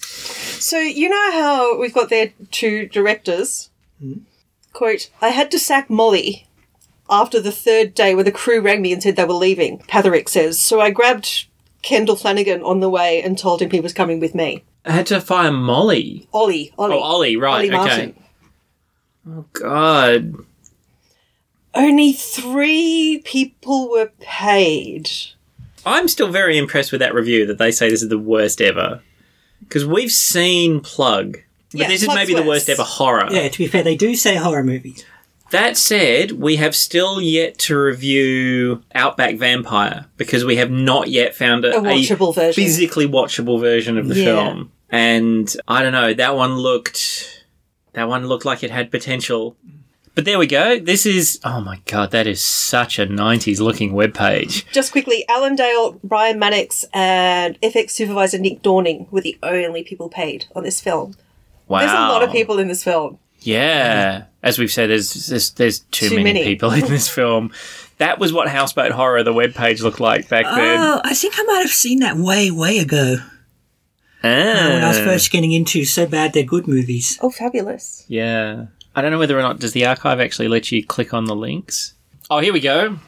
S2: So, you know how we've got their two directors? Quote, I had to sack Molly after the third day when the crew rang me and said they were leaving, Patherick says. So I grabbed Kendall Flanagan on the way and told him he was coming with me.
S3: I had to fire Molly.
S2: Ollie. Ollie.
S3: Oh, Ollie, right,
S2: Ollie
S3: okay.
S2: Martin.
S3: Oh, God.
S2: Only three people were paid.
S3: I'm still very impressed with that review that they say this is the worst ever. Because we've seen Plug, but
S4: Yeah,
S3: this is
S4: Plug's
S3: maybe the
S4: worse.
S3: worst ever horror.
S4: Yeah, to be fair, they do say horror movies.
S3: That said, we have still yet to review Outback Vampire because we have not yet found a,
S2: A watchable version.
S3: physically watchable version of the
S2: Yeah.
S3: film. And I don't know, that one looked that one looked like it had potential. But there we go. This is oh my god, that is such a 90s looking webpage.
S2: Just quickly, Alan Dale, Brian Mannix, and FX supervisor Nick Dorning were the only people paid on this film.
S3: Wow.
S2: There's a lot of people in this film.
S3: Yeah, as we've said, there's there's, there's too,
S2: Too
S3: many,
S2: many.
S3: people in this film. That was what Houseboat Horror, the webpage, looked like back then.
S4: Oh, I think I might have seen that way, way ago. uh, When I was
S3: Ah.
S4: first getting into so bad they're good movies.
S2: Oh, fabulous.
S3: Yeah, I don't know whether or not does the archive actually let you click on the links. Oh, here we go.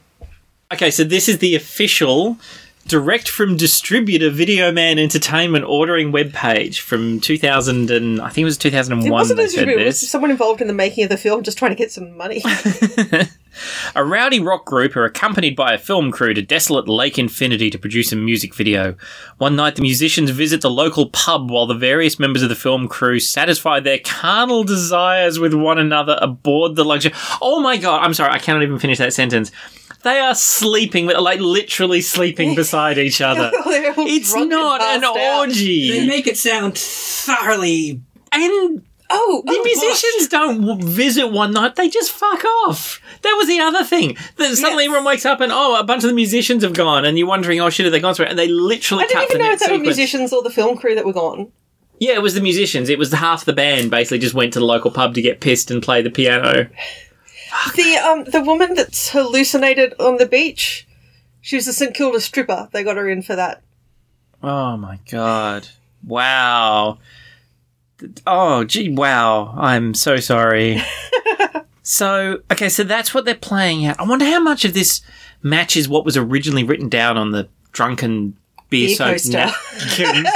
S3: Okay, so this is the official direct from distributor Video Man Entertainment ordering webpage from 2000 and I think it was 2001.
S2: It wasn't
S3: they
S2: a
S3: said
S2: distributor, it was
S3: this.
S2: someone involved in the making of the film just trying to get some money.
S3: A rowdy rock group are accompanied by a film crew to desolate Lake Infinity to produce a music video. One night, the musicians visit the local pub while the various members of the film crew satisfy their carnal desires with one another aboard the luxury. Oh my god, I'm sorry, I cannot even finish that sentence. They are sleeping, with- like literally sleeping beside each other.
S2: it's
S3: not an orgy.
S4: They make it sound thoroughly.
S3: And
S2: oh,
S3: the musicians don't w- visit one night; they just fuck off. That was the other thing. That suddenly everyone wakes up and oh, a bunch of the musicians have gone, and you're wondering, oh shit, have they gone through? it? And they literally
S2: I didn't
S3: cut
S2: even
S3: the
S2: know if
S3: next
S2: they were
S3: sequence.
S2: musicians or the film crew that were gone.
S3: Yeah, it was the musicians. It was the- half the band basically just went to the local pub to get pissed and play the piano.
S2: The um the woman that's hallucinated on the beach, she was a St Kilda stripper. They got her in for that.
S3: Oh my god! Wow. Th- Oh gee, wow! I'm so sorry. so okay, so that's what they're playing out. I wonder how much of this matches what was originally written down on the drunken beer
S2: Beer
S3: soaked
S2: coaster.
S3: napkin.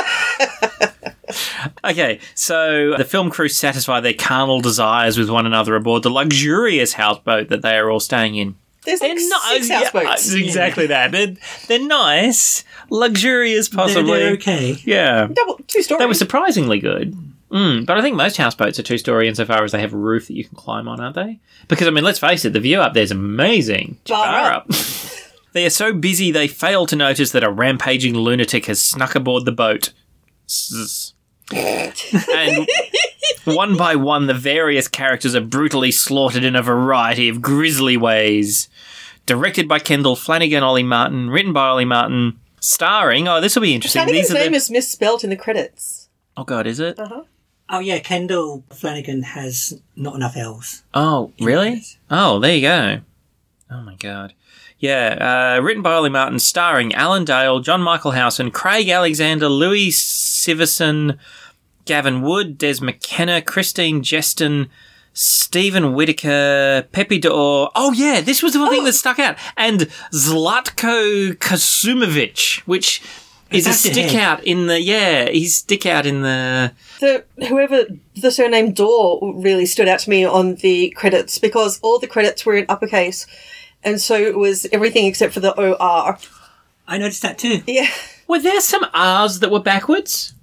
S3: Okay, so the film crew satisfy their carnal desires with one another aboard the luxurious houseboat that they are all staying in.
S2: There's like six
S3: Yeah,
S2: houseboats.
S3: it's exactly that. They're, they're nice, luxurious, possibly.
S4: they're okay.
S3: Yeah.
S2: Double two story.
S3: They were surprisingly good. Mm, but I think most houseboats are two story insofar as they have a roof that you can climb on, aren't they? Because, I mean, let's face it, the view up there's amazing.
S2: Bar
S3: Bar up. they are so busy they fail to notice that a rampaging lunatic has snuck aboard the boat. Zzz. and one by one, the various characters are brutally slaughtered in a variety of grisly ways. Directed by Kendall Flanagan, Ollie Martin, written by Ollie Martin, starring. Oh, this will be interesting.
S2: Flanagan's
S3: These are
S2: name
S3: the-
S2: is misspelt in the credits.
S3: oh God, is it?
S4: Oh yeah, Kendall Flanagan has not enough L's.
S3: Oh, really? Oh, there you go. Oh my god. Yeah, uh, written by Ollie Martin, starring Alan Dale, John Michael Housen, Craig Alexander, Louis Siverson, Gavin Wood, Des McKenna, Christine Jeston, Stephen Whitaker, Pepe D'Or. Oh, yeah, this was the one thing that stuck out. And Zlatko Kasumovic, which is a
S2: That's it.
S3: stick out in the. Yeah, he's stick out in the.
S2: The whoever the surname Dor really stood out to me on the credits because all the credits were in uppercase, and so it was everything except for the OR.
S4: I noticed that too.
S2: Yeah,
S3: Were there some R's that were backwards?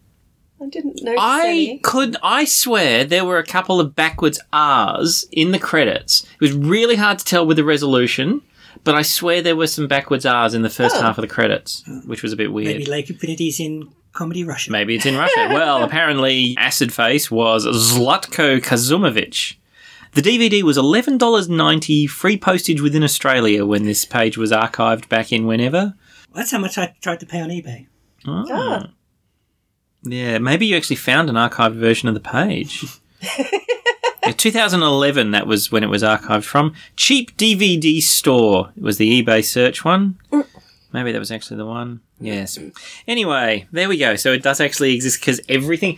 S2: I didn't notice
S3: I
S2: any.
S3: could. I swear there were a couple of backwards R's in the credits. It was really hard to tell with the resolution, but I swear there were some backwards R's in the first
S4: Oh.
S3: half of the credits, which was a bit weird.
S4: Maybe Lake Infinity's in comedy Russia.
S3: Maybe it's in Russia. well, apparently, Acid Face was Zlatko Kazumovich. The DVD was $11.90 free postage within Australia when this page was archived back in whenever.
S4: That's how much I tried to pay on eBay.
S3: Oh.
S2: Ah.
S3: Yeah, maybe you actually found an archived version of the page. Yeah, 2011, that was when it was archived from. Cheap DVD Store was the eBay search one. Maybe that was actually the one. Yes. Anyway, there we go. So it does actually exist because everything.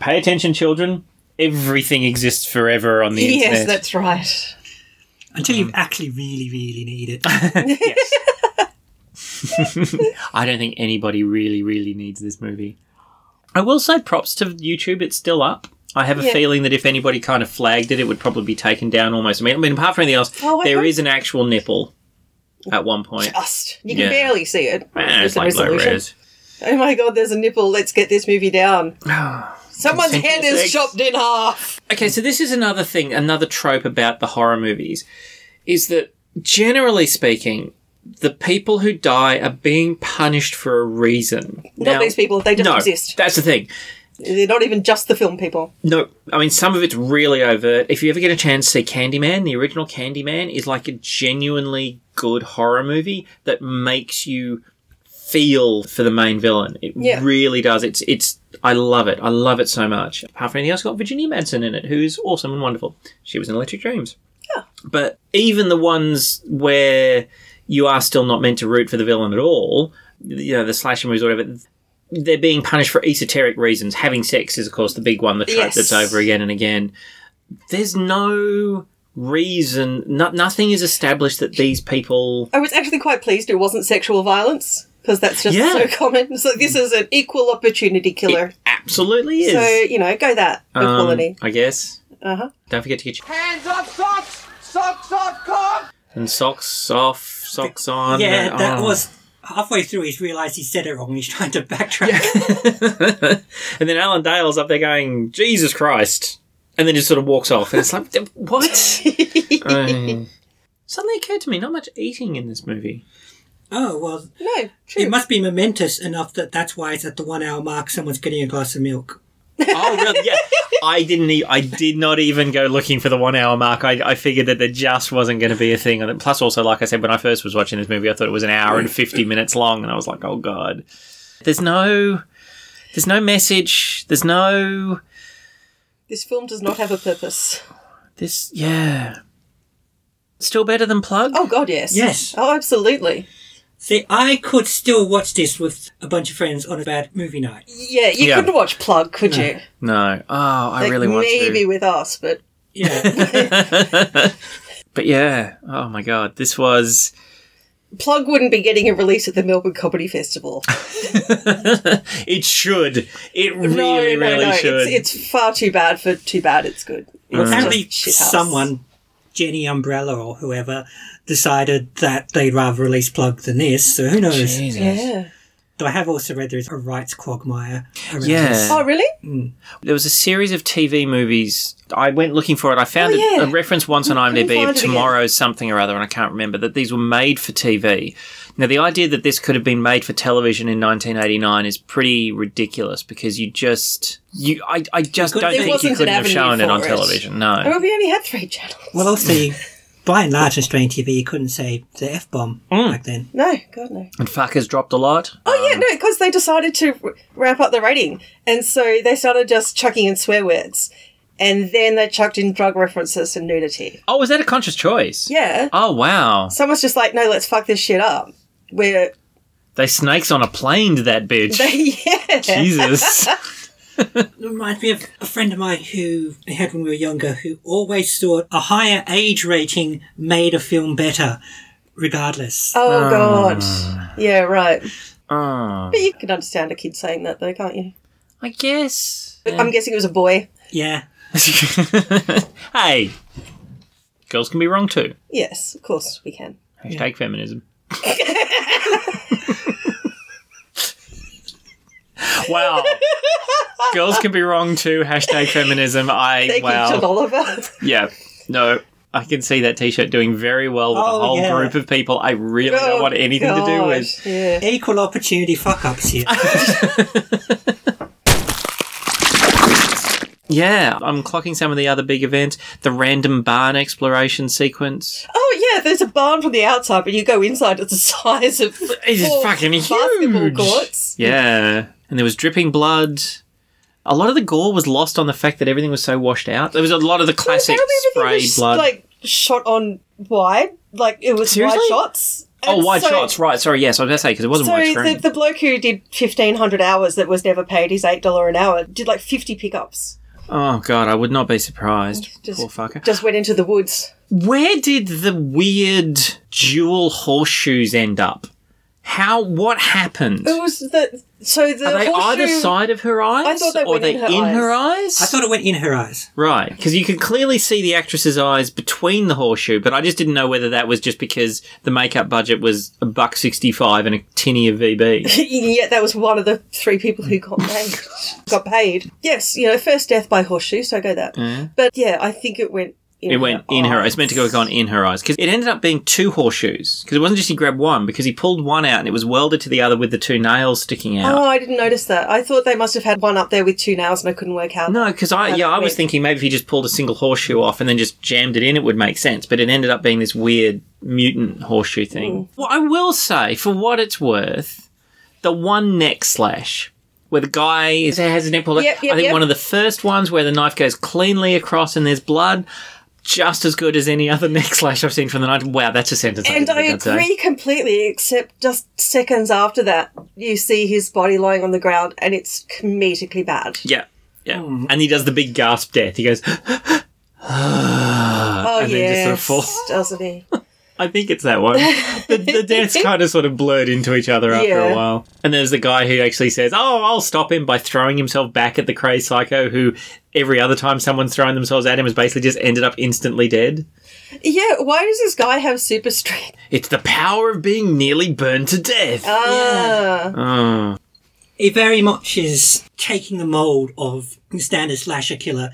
S3: Pay attention, children. Everything exists forever on the internet.
S2: Yes, that's right.
S4: Until
S3: Mm.
S4: you actually really, really need it.
S3: I don't think anybody really, really needs this movie. I will say props to YouTube, it's still up. I have a
S2: Yeah.
S3: feeling that if anybody kind of flagged it, it would probably be taken down almost. I mean, I mean apart from anything else,
S2: Oh, I
S3: there
S2: hope-
S3: is an actual nipple at one point.
S2: Just you can
S3: Yeah.
S2: barely see it.
S3: Eh, it's
S2: There's a
S3: like low
S2: resolution.
S3: res.
S2: Oh my god, there's a nipple. Let's get this movie down. Someone's head is
S3: Sex.
S2: chopped in half.
S3: Okay, so this is another thing, another trope about the horror movies is that generally speaking, the people who die are being punished for a reason.
S2: Not
S3: Now-
S2: these people. They just
S3: no,
S2: exist.
S3: That's the thing.
S2: They're not even just the film people.
S3: No, I mean some of it's really overt. If you ever get a chance to see Candyman, the original Candyman is like a genuinely good horror movie that makes you feel for the main villain. It
S2: Yeah.
S3: really does. It's it's I love it. I love it so much. Apart from anything else, it's got Virginia Madsen in it, who is awesome and wonderful. She was in Electric Dreams. But even the ones where you are still not meant to root for the villain at all, you know, the slasher movies or whatever, they're being punished for esoteric reasons. Having sex is, of course, the big one, the trope
S2: Yes.
S3: that's over again and again. There's no reason, no, nothing is established that these people.
S2: I was actually quite pleased it wasn't sexual violence because that's just
S3: Yeah.
S2: so common. So this is an equal opportunity killer.
S3: Absolutely is.
S2: So you know, go that
S3: Um,
S2: equality.
S3: I guess.
S2: Uh
S4: Uh-huh.
S2: huh.
S3: Don't forget to get your
S15: Hands up, socks! Socks off, cock!
S3: and socks off, socks on.
S4: yeah, that
S3: Oh.
S4: was halfway through. He's realised he said it wrong. He's trying to backtrack.
S3: And then Alan Dale's up there going, Jesus Christ. And then just sort of walks off. And it's like, what? Um, Suddenly occurred to me, not much eating in this movie.
S4: Oh well,
S2: no.
S4: It must be momentous enough that that's why it's at the one hour mark. Someone's getting a glass of milk.
S3: Oh, really? Yeah. I didn't. E- I did not even go looking for the one-hour mark. I, I figured that there just wasn't going to be a thing. And plus, also, like I said, when I first was watching this movie, I thought it was an hour and fifty minutes long, and I was like, "Oh God, there's no, there's no message. There's no
S2: This film does not have a purpose.
S3: this. Yeah, still better than plug.
S2: Oh God, yes.
S4: Yes.
S2: Oh, absolutely.
S4: See, I could still watch this with a bunch of friends on a bad movie night.
S2: Yeah, you
S3: Yeah.
S2: couldn't watch Plug, could
S4: No.
S2: you?
S3: no. Oh, I
S2: Like,
S3: really want
S2: maybe
S3: to.
S2: with us, but
S3: But yeah. Oh my God, this was.
S2: Plug wouldn't be getting a release at the Melbourne Comedy Festival.
S3: It should. It really, really should.
S2: It's, it's far too bad for too bad. It's good.
S4: Well,
S2: It's
S4: apparently,
S2: just shit house.
S4: someone, Jenny Umbrella or whoever, decided that they'd rather release Plug than this. So who knows?
S2: Yeah.
S4: Though I have also read there is a rights quagmire. around
S3: Yeah.
S4: this.
S2: Oh, really?
S3: There was a series of TV movies. I went looking for it. I found
S2: Oh,
S3: a-
S2: yeah.
S3: a, reference once on
S2: couldn't
S3: IMDb
S2: find
S3: of
S2: it again.
S3: Tomorrow's something or other, and I can't remember that these were made for TV. Now, the idea that this could have been made for television in 1989 is pretty ridiculous because you just you I, I just don't
S2: Because there
S3: think you
S2: wasn't an
S3: couldn't have
S2: avenue
S3: shown it on
S2: for it.
S3: television.
S2: Oh,
S3: No.
S2: we only had three channels.
S4: Well, also, you- by and large, Australian TV, you couldn't say the F bomb back then.
S2: No, God no.
S3: And fuckers dropped a lot.
S2: Oh yeah, no, because they decided to r- ramp up the rating, and so they started just chucking in swear words, and then they chucked in drug references and nudity.
S3: Oh, was that a conscious choice?
S2: Yeah,
S3: Oh wow.
S2: someone's just like, no, let's fuck this shit up. We're
S3: They snakes on a plane to that bitch.
S2: they, yeah,
S3: Jesus.
S4: It reminds me of a friend of mine who I had when we were younger who always thought a higher age rating made a film better, regardless.
S2: Oh, God. Yeah, right.
S3: Ah.
S2: But you can understand a kid saying that, though, can't you?
S3: I guess.
S2: I'm guessing it was a boy.
S4: Yeah.
S3: hey, girls can be wrong too.
S2: Yes, of course we can.
S3: Hashtag feminism. wow. girls can be wrong too. Hashtag feminism. I
S2: Thank
S3: wow.
S2: you, John Oliver.
S3: Yeah. No, I can see that t-shirt doing very well with
S4: Oh,
S3: a whole
S4: yeah. Oh,
S3: group of people I really don't want anything to
S2: Oh,
S3: do with.
S4: Equal opportunity fuck ups here.
S3: Yeah, I'm clocking some of the other big events. The random barn exploration sequence.
S2: Oh, yeah, there's a barn from the outside, but you go inside, it's the size of.
S3: It is
S2: four
S3: fucking
S2: Oh, Basketball courts.
S3: Yeah. And there was dripping blood. A lot of the gore was lost on the fact that everything was so washed out. There was a lot of the classic spray
S2: It was,
S3: blood.
S2: Like, shot on wide. Like, it was
S3: Seriously?
S2: wide shots.
S3: oh,
S2: And
S3: wide
S2: so-
S3: shots, right. Sorry, yes, I was going to say, because it wasn't
S2: so
S3: wide screen.
S2: the, the bloke who did 1500 hours that was never paid his $8 an hour did like 50 pickups
S3: Oh, God, I would not be surprised.
S2: Just-
S3: Poor fucker.
S2: just went into the woods
S3: Where did the weird dual horseshoes end up? How, what happened?
S2: it was the so the
S3: Are they
S2: horseshoe-
S3: either side of her eyes?
S2: I thought they
S3: or
S2: went
S3: are
S2: in
S3: they
S2: her
S3: in
S2: eyes.
S3: her eyes?
S4: I thought it went in her eyes.
S3: Right, because you can clearly see the actress's eyes between the horseshoe, but I just didn't know whether that was just because the makeup budget was a buck sixty-five and a tinny of VB.
S2: Yet that was one of the three people who got paid. got paid. Yes, you know, first death by horseshoe, so go that.
S3: Yeah.
S2: But yeah, I think it went. In
S3: it went in her. It's meant to go gone in her eyes because it ended up being two horseshoes. Because it wasn't just he grabbed one because he pulled one out and it was welded to the other with the two nails sticking out.
S2: Oh, I didn't notice that. I thought they must have had one up there with two nails, and I couldn't work out.
S3: No, because I
S2: how
S3: yeah
S2: that
S3: I was
S2: went.
S3: thinking maybe if he just pulled a single horseshoe off and then just jammed it in, it would make sense. But it ended up being this weird mutant horseshoe
S2: Mm.
S3: thing. Well, I will say, for what it's worth, the one neck slash where the guy is, has his neck pulled.
S2: Yep,
S3: out,
S2: yep,
S3: I think
S2: yep.
S3: one of the first ones where the knife goes cleanly across and there's blood. Just as good as any other neck slash I've seen from the night. Wow, that's a sentence.
S2: And
S3: didn't
S2: I
S3: think I'd say.
S2: agree completely, except just seconds after that, you see his body lying on the ground, and it's comedically bad.
S3: Yeah, yeah.
S2: Mm.
S3: And he does the big gasp death. He goes,
S2: oh
S3: Uh, and then just
S2: yeah,
S3: sort of falls.
S2: doesn't he?
S3: I think it's that one. The, the deaths kind of sort of blurred into each other after
S2: Yeah.
S3: a while. And there's the guy who actually says, Oh, I'll stop him by throwing himself back at the crazy psycho who every other time someone's throwing themselves at him has basically just ended up instantly dead.
S2: Yeah, why does this guy have super strength?
S3: It's the power of being nearly burned to death.
S2: Ah,
S3: Oh.
S4: It very much is taking the mold of the standard slasher killer.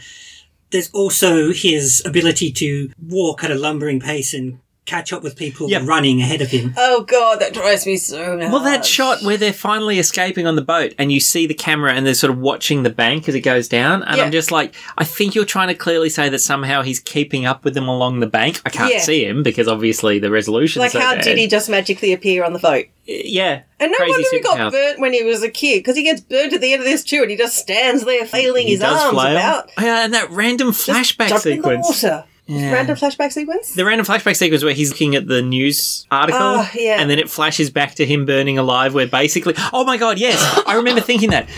S4: There's also his ability to walk at a lumbering pace and catch up with people running ahead of him.
S2: oh god, that drives me so mad.
S3: Well, that shot where they're finally escaping on the boat and you see the camera and they're sort of watching the bank as it goes down. And
S2: Yeah.
S3: I'm just like, I think you're trying to clearly say that somehow he's keeping up with them along the bank. I can't
S2: Yeah.
S3: see him because obviously the resolution's
S2: Like,
S3: so
S2: how
S3: bad.
S2: did he just magically appear on the boat?
S3: Yeah.
S2: And no
S3: Crazy
S2: wonder he got
S3: superpower.
S2: burnt when he was a kid, because he gets burnt at the end of this too, and he just stands there flailing his arms
S3: flail.
S2: about.
S3: Oh, yeah, and that random flashback
S2: Jump in the
S3: sequence.
S2: water.
S3: Yeah.
S2: Random flashback sequence?
S3: The random flashback sequence where he's looking at the news article,
S2: Oh, yeah.
S3: and then it flashes back to him burning alive. Where basically, oh my god, yes, I remember thinking that.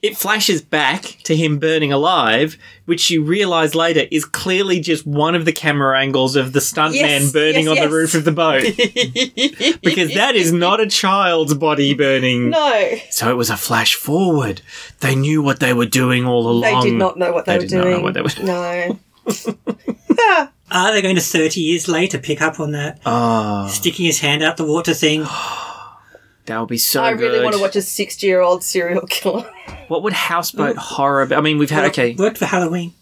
S3: It flashes back to him burning alive, which you realise later is clearly just one of the camera angles of the stuntman
S2: Yes,
S3: burning
S2: yes,
S3: on
S2: yes.
S3: the roof of the boat. because that is not a child's body burning.
S2: No.
S3: So it was a flash forward. They knew what they were doing all along.
S2: They did not know what they, were
S3: did
S2: doing.
S3: not know what they were-
S2: No.
S4: Are they Ah, going to 30 years later pick up on that?
S3: Oh,
S4: Sticking his hand out the water thing.
S3: that would be so
S2: I really
S3: Oh, good.
S2: want to watch a 60 year old serial killer.
S3: What would houseboat horror? Be? I mean, we've had okay.
S4: Worked for Halloween.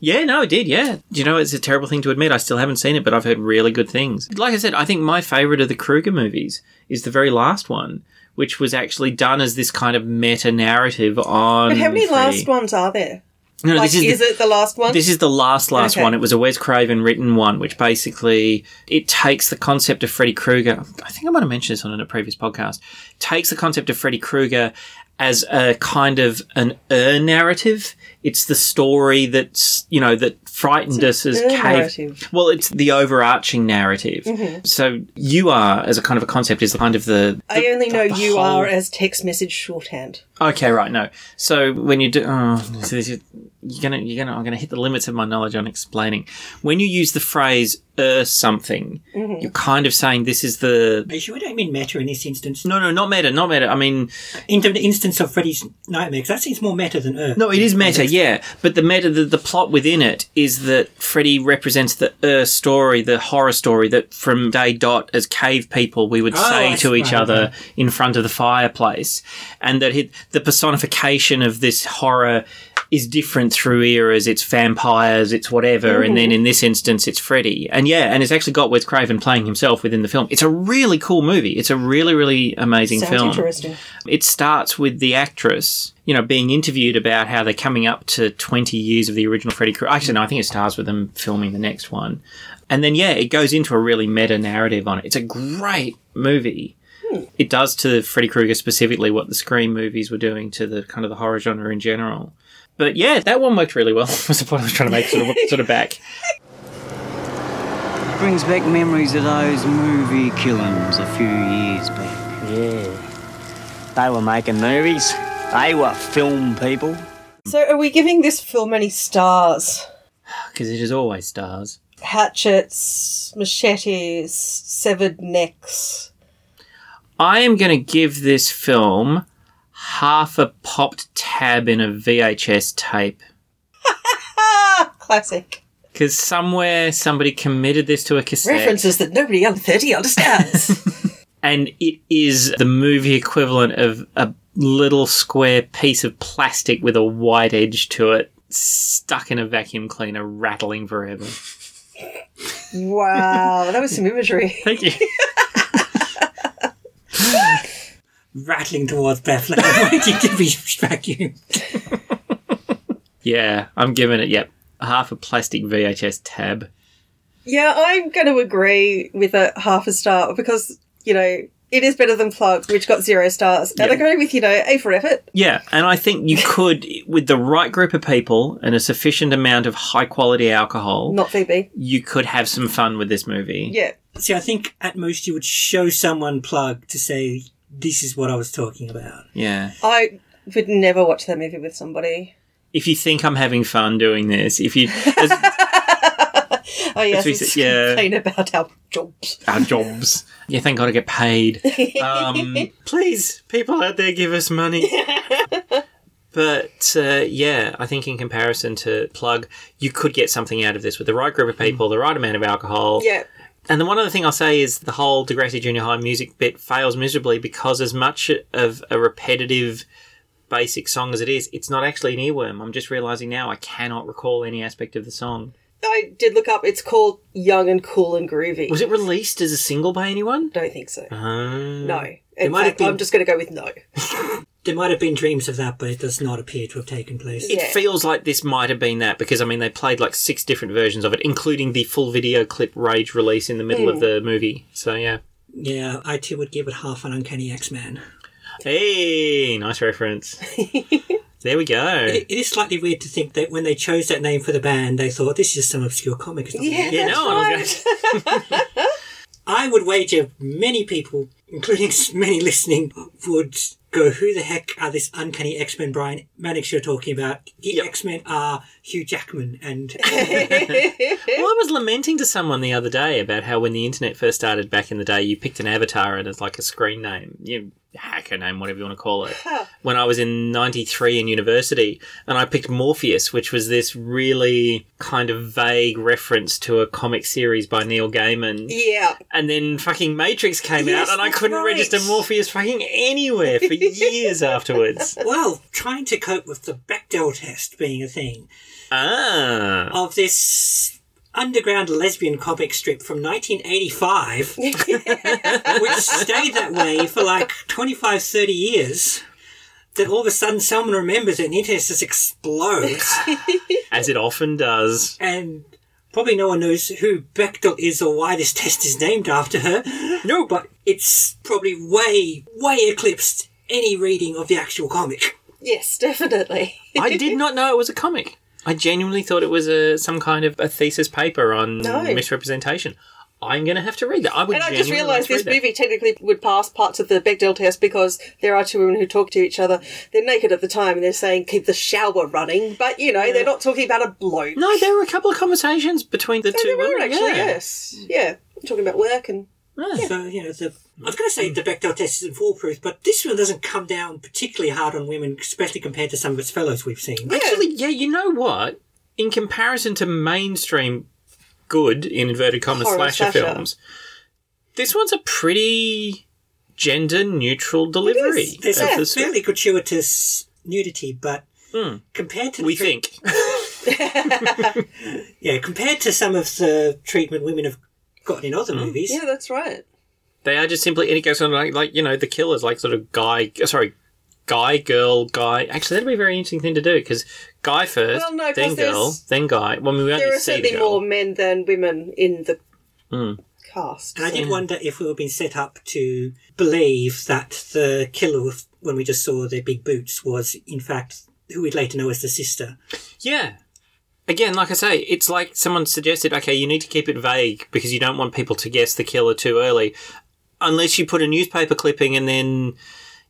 S3: Yeah, no, it did. Yeah, Do you know it's a terrible thing to admit. I still haven't seen it, but I've heard really good things. Like I said, I think my favorite of the Kruger movies is the very last one, which was actually done as this kind of meta narrative on.
S2: But how many
S3: the-
S2: last ones are there?
S3: No,
S2: like,
S3: this is,
S2: is,
S3: the,
S2: it the last one?
S3: This is the last, last
S2: Okay.
S3: one. It was a Wes Craven written one, which basically it takes the concept of Freddy Krueger. I think I might have mentioned this on a previous podcast. Takes the concept of Freddy Krueger as a kind of an er narrative It's the story that's you know that frightened us as
S2: the
S3: cave.
S2: narrative.
S3: Well, it's the overarching narrative.
S2: Mhm.
S3: So you are as a kind of a concept is kind of the
S2: I only know you
S3: whole-
S2: are as text message shorthand.
S3: Okay, right. No. So when you do, oh, this is- you're gonna, you're gonna, I'm gonna hit the limits of my knowledge on explaining. When you use the phrase "er something,"
S4: Mhm.
S3: you're kind of saying this is the.
S4: Are you sure we don't mean meta in this instance?
S3: No, no, not meta, not meta. I mean,
S4: in the instance of Freddy's nightmare, 'cause that seems more meta than Earth.
S3: No, it is meta, yeah. But the meta, the, the plot within it is that Freddy represents the er story, the horror story that from day dot as cave people we would
S14: Oh,
S3: say
S14: I
S3: to
S14: see.
S3: each
S14: Right,
S3: other
S14: okay.
S3: in front of the fireplace, and that it, the personification of this horror is different through eras. It's vampires, it's whatever, and then
S14: Mhm.
S3: in this instance, it's Freddy. And yeah, and it's actually got Wes Craven playing himself within the film. It's a really cool movie. It's a really, really amazing
S2: Sounds
S3: film.
S2: interesting.
S3: It starts with the actress, you know, being interviewed about how they're coming up to 20 years of the original Freddy Krueger. Actually, no, I think it starts with them filming the next one. And then, yeah, it goes into a really meta narrative on it. It's a great movie. It does to Freddy Krueger specifically what the Scream movies were doing to the kind of the horror genre in general. But yeah, that one worked really well. was the point I was trying to make sort of, sort of back.
S6: Brings back memories of those movie killings a few years back.
S16: Yeah. They were making movies. They were film people.
S2: So, are we giving this film any stars?
S3: Because it is always stars.
S2: Hatchets, machetes, severed necks.
S3: I am going to give this film half a popped tab in a VHS tape
S2: Ah, classic.
S3: because somewhere somebody committed this to a cassette.
S2: References that nobody under 30 understands.
S3: and it is the movie equivalent of a little square piece of plastic with a white edge to it stuck in a vacuum cleaner rattling forever.
S2: wow, that was some imagery.
S3: Thank you.
S4: Rattling towards Bethlehem, why did you give me vacuum?
S3: Yeah, I'm giving it, yep, half a plastic VHS tab.
S2: Yeah, I'm going to agree with a half a star because, you know, it is better than Plug, which got zero stars. And I go with, you know, A for effort.
S3: Yeah, and I think you could, with the right group of people and a sufficient amount of high quality alcohol,
S2: Not VB.
S3: you could have some fun with this movie.
S2: Yeah.
S4: See, I think at most you would show someone plug to say, this is what I was talking about.
S3: Yeah.
S2: I would never watch that movie with somebody.
S3: If you think I'm having fun doing this, if you
S2: Oh, yes.
S3: That's what he
S2: Let's
S3: said, yeah.
S2: complain about our jobs.
S3: our jobs, you thank God I get paid. Um, please, people out there, give us money. But uh, yeah, I think in comparison to Plug, you could get something out of this with the right group of people, the right amount of alcohol.
S2: Yeah.
S3: And the one other thing I'll say is the whole Degrassi Junior High music bit fails miserably because, as much of a repetitive basic song as it is, it's not actually an earworm. I'm just realizing now I cannot recall any aspect of the song.
S2: I did look up. It's called Young and Cool and Groovy.
S3: Was it released as a single by anyone?
S2: Don't think so.
S3: Um,
S2: No.
S4: It
S2: In
S4: might have
S2: fact,
S4: been-
S2: I'm just going to go with no.
S4: There might have been dreams of that, but it does not appear to have taken place.
S3: It feels like this might have been that because I mean they played like six different versions of it, including the full video clip rage release in the middle
S4: Mm.
S3: of the movie. So yeah,
S4: Yeah, I too would give it half an Uncanny X-Man.
S3: hey, nice reference. there we go.
S4: It, it is slightly weird to think that when they chose that name for the band, they thought this is some obscure comic. It's not
S2: Yeah,
S4: really-
S2: that's right.
S4: I would wager many people, including s- many listening, would go, "Who the heck are this uncanny X Men Brian Mannix you're talking about? The X Men are Hugh Jackman and
S3: well, I was lamenting to someone the other day about how when the internet first started back in the day, you picked an avatar and it's like a screen name, you hacker name, whatever you want to call it. when I was in 93 in university, and I picked Morpheus, which was this really kind of vague reference to a comic series by Neil Gaiman.
S2: Yeah.
S3: And then fucking Matrix came
S4: Yes,
S3: out, and I
S4: that's
S3: couldn't
S4: right.
S3: register Morpheus fucking anywhere for years afterwards.
S4: well, trying to cope with the Bechdel test being a thing
S3: Ah.
S4: of this underground lesbian comic strip from 1985, which stayed that way for like 25, 30 years. That all of a sudden someone remembers it and the internet just explodes.
S3: As it often does.
S4: and probably no one knows who Bechtel is or why this test is named after her. No, but it's probably way, way eclipsed any reading of the actual comic.
S2: Yes, definitely.
S3: I did not know it was a comic. I genuinely thought it was a some kind of a thesis paper on
S2: No.
S3: misrepresentation. I'm going to have to read that. I would.
S2: And I just
S3: genuinely like
S2: realised
S3: to
S2: this
S3: read that.
S2: movie technically would pass parts of the Bechdel test because there are two women who talk to each other. They're naked at the time and they're saying, keep the shower running, but you know, they're not talking about a bloke.
S3: No, there were a couple of conversations between the
S2: No,
S3: two
S2: there were
S3: women.
S2: actually,
S3: yeah.
S2: yes. Yeah, talking about work and.
S4: So, you know, the, I was going to say the Bechdel test isn't foolproof, but this one doesn't come down particularly hard on women, especially compared to some of its fellows we've seen.
S3: Actually, yeah, you know what? In comparison to mainstream good, in inverted commas,
S4: Horror
S3: slasher,
S4: slasher.
S3: films, this one's a pretty gender neutral delivery.
S4: There's
S3: of
S4: a
S3: the story.
S4: fairly gratuitous nudity, but compared to the
S3: We
S4: tri-
S3: think.
S4: yeah, compared to some of the treatment women have gotten in other movies,
S2: Yeah, that's right.
S3: They are just simply, and it goes on like, like you know, the killers, like sort of guy, sorry, guy, girl, guy. Actually, that'd be a very interesting thing to do because guy first,
S2: Well, no, 'cause
S3: then girl,
S2: there's-
S3: then guy. Well, I mean, we
S2: there
S3: only
S2: are
S3: see the
S2: certainly
S3: girl.
S2: more men than women in the
S3: Mm.
S2: cast.
S4: And I did
S2: so-
S4: wonder if we were being set up to believe that the killer, with- when we just saw their big boots, was in fact who we'd later know as the sister.
S3: Yeah. Again, like I say, it's like someone suggested, okay, you need to keep it vague because you don't want people to guess the killer too early. Unless you put a newspaper clipping and then,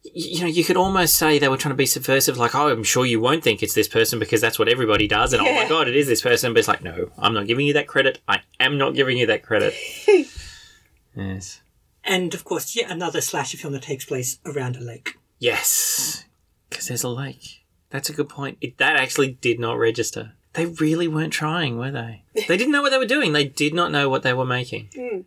S3: y- you know, you could almost say they were trying to be subversive, like, oh, I'm sure you won't think it's this person because that's what everybody does. And oh my
S2: Yeah.
S3: God, it is this person. But it's like, no, I'm not giving you that credit. I am not giving you that credit. yes.
S4: And of course, yet another slasher film that takes place around a lake.
S3: Yes. Because there's a lake. That's a good point. It, that actually did not register. They really weren't trying, were they? They didn't know what they were doing. They did not know what they were making.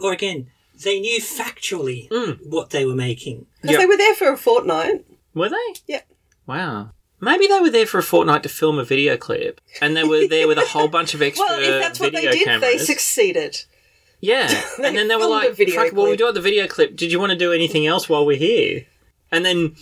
S4: Or again, they knew factually what they were making.
S2: Because they were there for a fortnight.
S3: Were they?
S2: Yeah.
S3: Wow. Maybe they were there for a fortnight to film a video clip, and they were there with a whole bunch of extra
S2: Well, if that's what they
S3: video
S2: did,
S3: cameras.
S2: they succeeded.
S3: yeah, and then they were
S2: filmed a
S3: like,
S2: video
S3: "Fuck, well, we
S2: clip."
S3: do have the video clip. Did you want to do anything else while we're here?" And then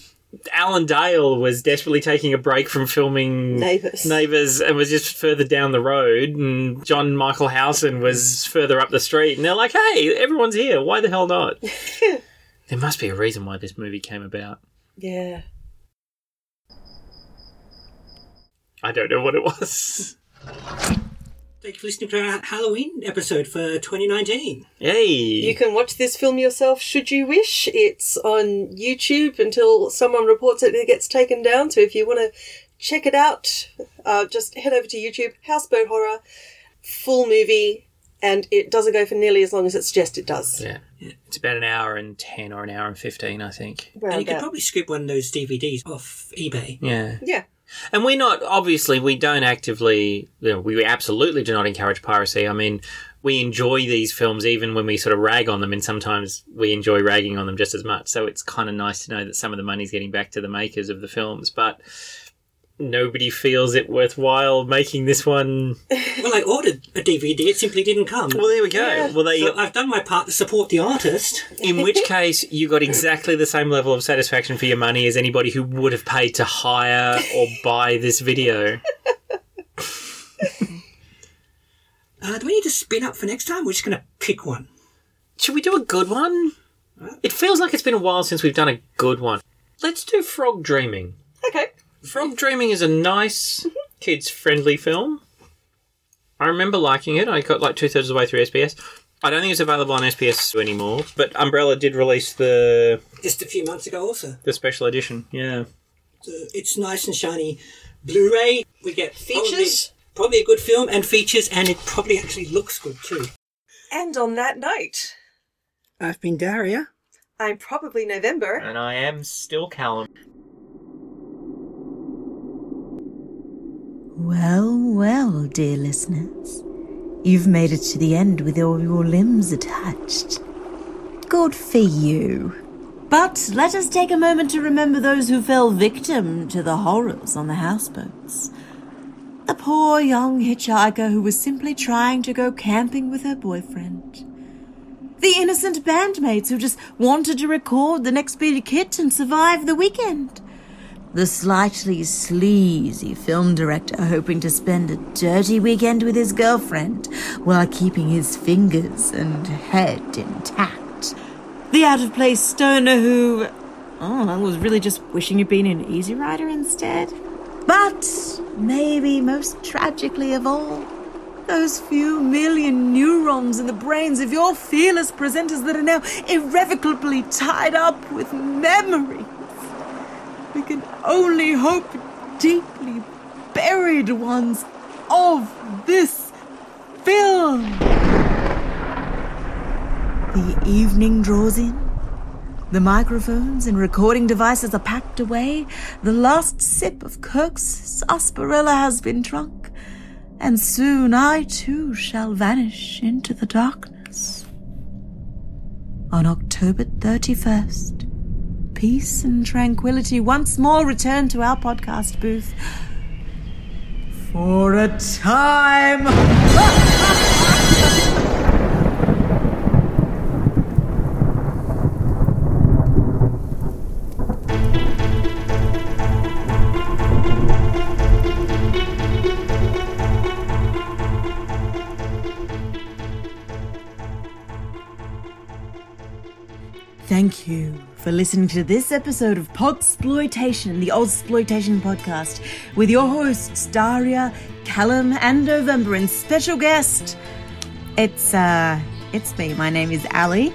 S3: Alan Dale was desperately taking a break from filming
S2: Neighbours.
S3: Neighbours, and was just further down the road, and John Michael Howson was further up the street, and they're like, "Hey, everyone's here. Why the hell not?" there must be a reason why this movie came about.
S2: Yeah.
S3: I don't know what it was.
S4: Thank you for listening to our Halloween episode for 2019.
S3: Yay!
S2: You can watch this film yourself should you wish. It's on YouTube until someone reports it and it gets taken down. So if you want to check it out, uh, just head over to YouTube, Houseboat Horror, full movie, and it doesn't go for nearly as long as it suggests it does.
S3: Yeah. It's about an hour and 10 or an hour and 15, I think.
S4: and you could probably scoop one of those DVDs off eBay.
S3: Yeah.
S2: Yeah.
S3: And we're not, obviously, we don't actively, you know, we absolutely do not encourage piracy. I mean, we enjoy these films even when we sort of rag on them, and sometimes we enjoy ragging on them just as much. So it's kind of nice to know that some of the money's getting back to the makers of the films, but nobody feels it worthwhile making this one.
S4: well, I ordered a DVD, it simply didn't come.
S3: Well, there we go. Well, they-
S4: So I've done my part to support the artist.
S3: In which case, you got exactly the same level of satisfaction for your money as anybody who would have paid to hire or buy this video.
S4: Uh, do we need to spin up for next time? We're just going to pick one.
S3: Should we do a good one? It feels like it's been a while since we've done a good one. Let's do Frog Dreaming.
S2: Okay.
S3: Frog Dreaming is a nice, kids friendly film. I remember liking it. I got like two thirds of the way through SBS. I don't think it's available on SBS anymore, but Umbrella did release the
S4: Just a few months ago, also.
S3: the special edition. Yeah.
S4: Uh, it's nice and shiny. Blu ray, we get
S2: Features?
S4: Probably, probably a good film and features, and it probably actually looks good too.
S2: And on that note,
S4: I've been Daria.
S2: I'm probably November.
S3: And I am still Callum.
S1: Well, well, dear listeners, you've made it to the end with all your limbs attached. Good for you. But let us take a moment to remember those who fell victim to the horrors on the houseboats. The poor young hitchhiker who was simply trying to go camping with her boyfriend. The innocent bandmates who just wanted to record the next bit of kit and survive the weekend. The slightly sleazy film director hoping to spend a dirty weekend with his girlfriend while keeping his fingers and head intact. The out of place stoner who Oh, I was really just wishing you'd been an Easy Rider instead. But maybe most tragically of all, those few million neurons in the brains of your fearless presenters that are now irrevocably tied up with memories. We can only hope deeply buried ones of this film. The evening draws in. The microphones and recording devices are packed away. The last sip of Kirk's sarsaparilla has been drunk. And soon I too shall vanish into the darkness. On October 31st, peace and tranquility once more return to our podcast booth. For a time. Thank you for listening to this episode of Podsploitation, the Old Exploitation Podcast, with your hosts Daria, Callum, and November, and special guest. It's uh, it's me. My name is Ali.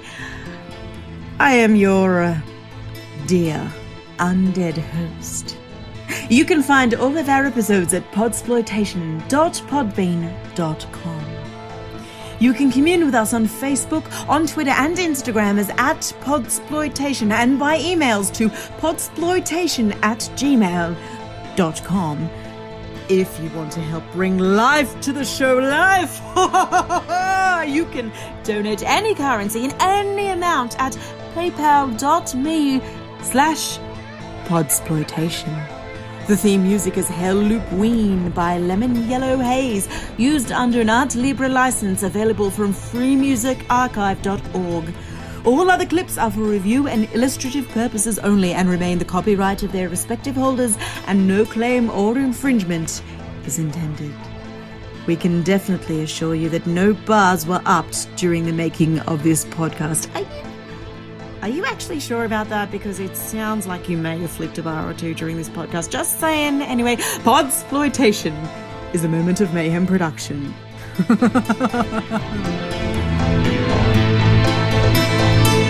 S1: I am your uh, dear undead host. You can find all of our episodes at podsploitation.podbean.com. You can commune with us on Facebook, on Twitter, and Instagram as at Podsploitation and by emails to podsploitation at gmail.com. If you want to help bring life to the show, life! you can donate any currency in any amount at paypal.me slash podsploitation. The theme music is Hell Loop Ween by Lemon Yellow Haze, used under an Art Libre license available from freemusicarchive.org. All other clips are for review and illustrative purposes only and remain the copyright of their respective holders, and no claim or infringement is intended. We can definitely assure you that no bars were upped during the making of this podcast. I are you actually sure about that? Because it sounds like you may have flipped a bar or two during this podcast. Just saying. Anyway, Podsploitation is a moment of mayhem production.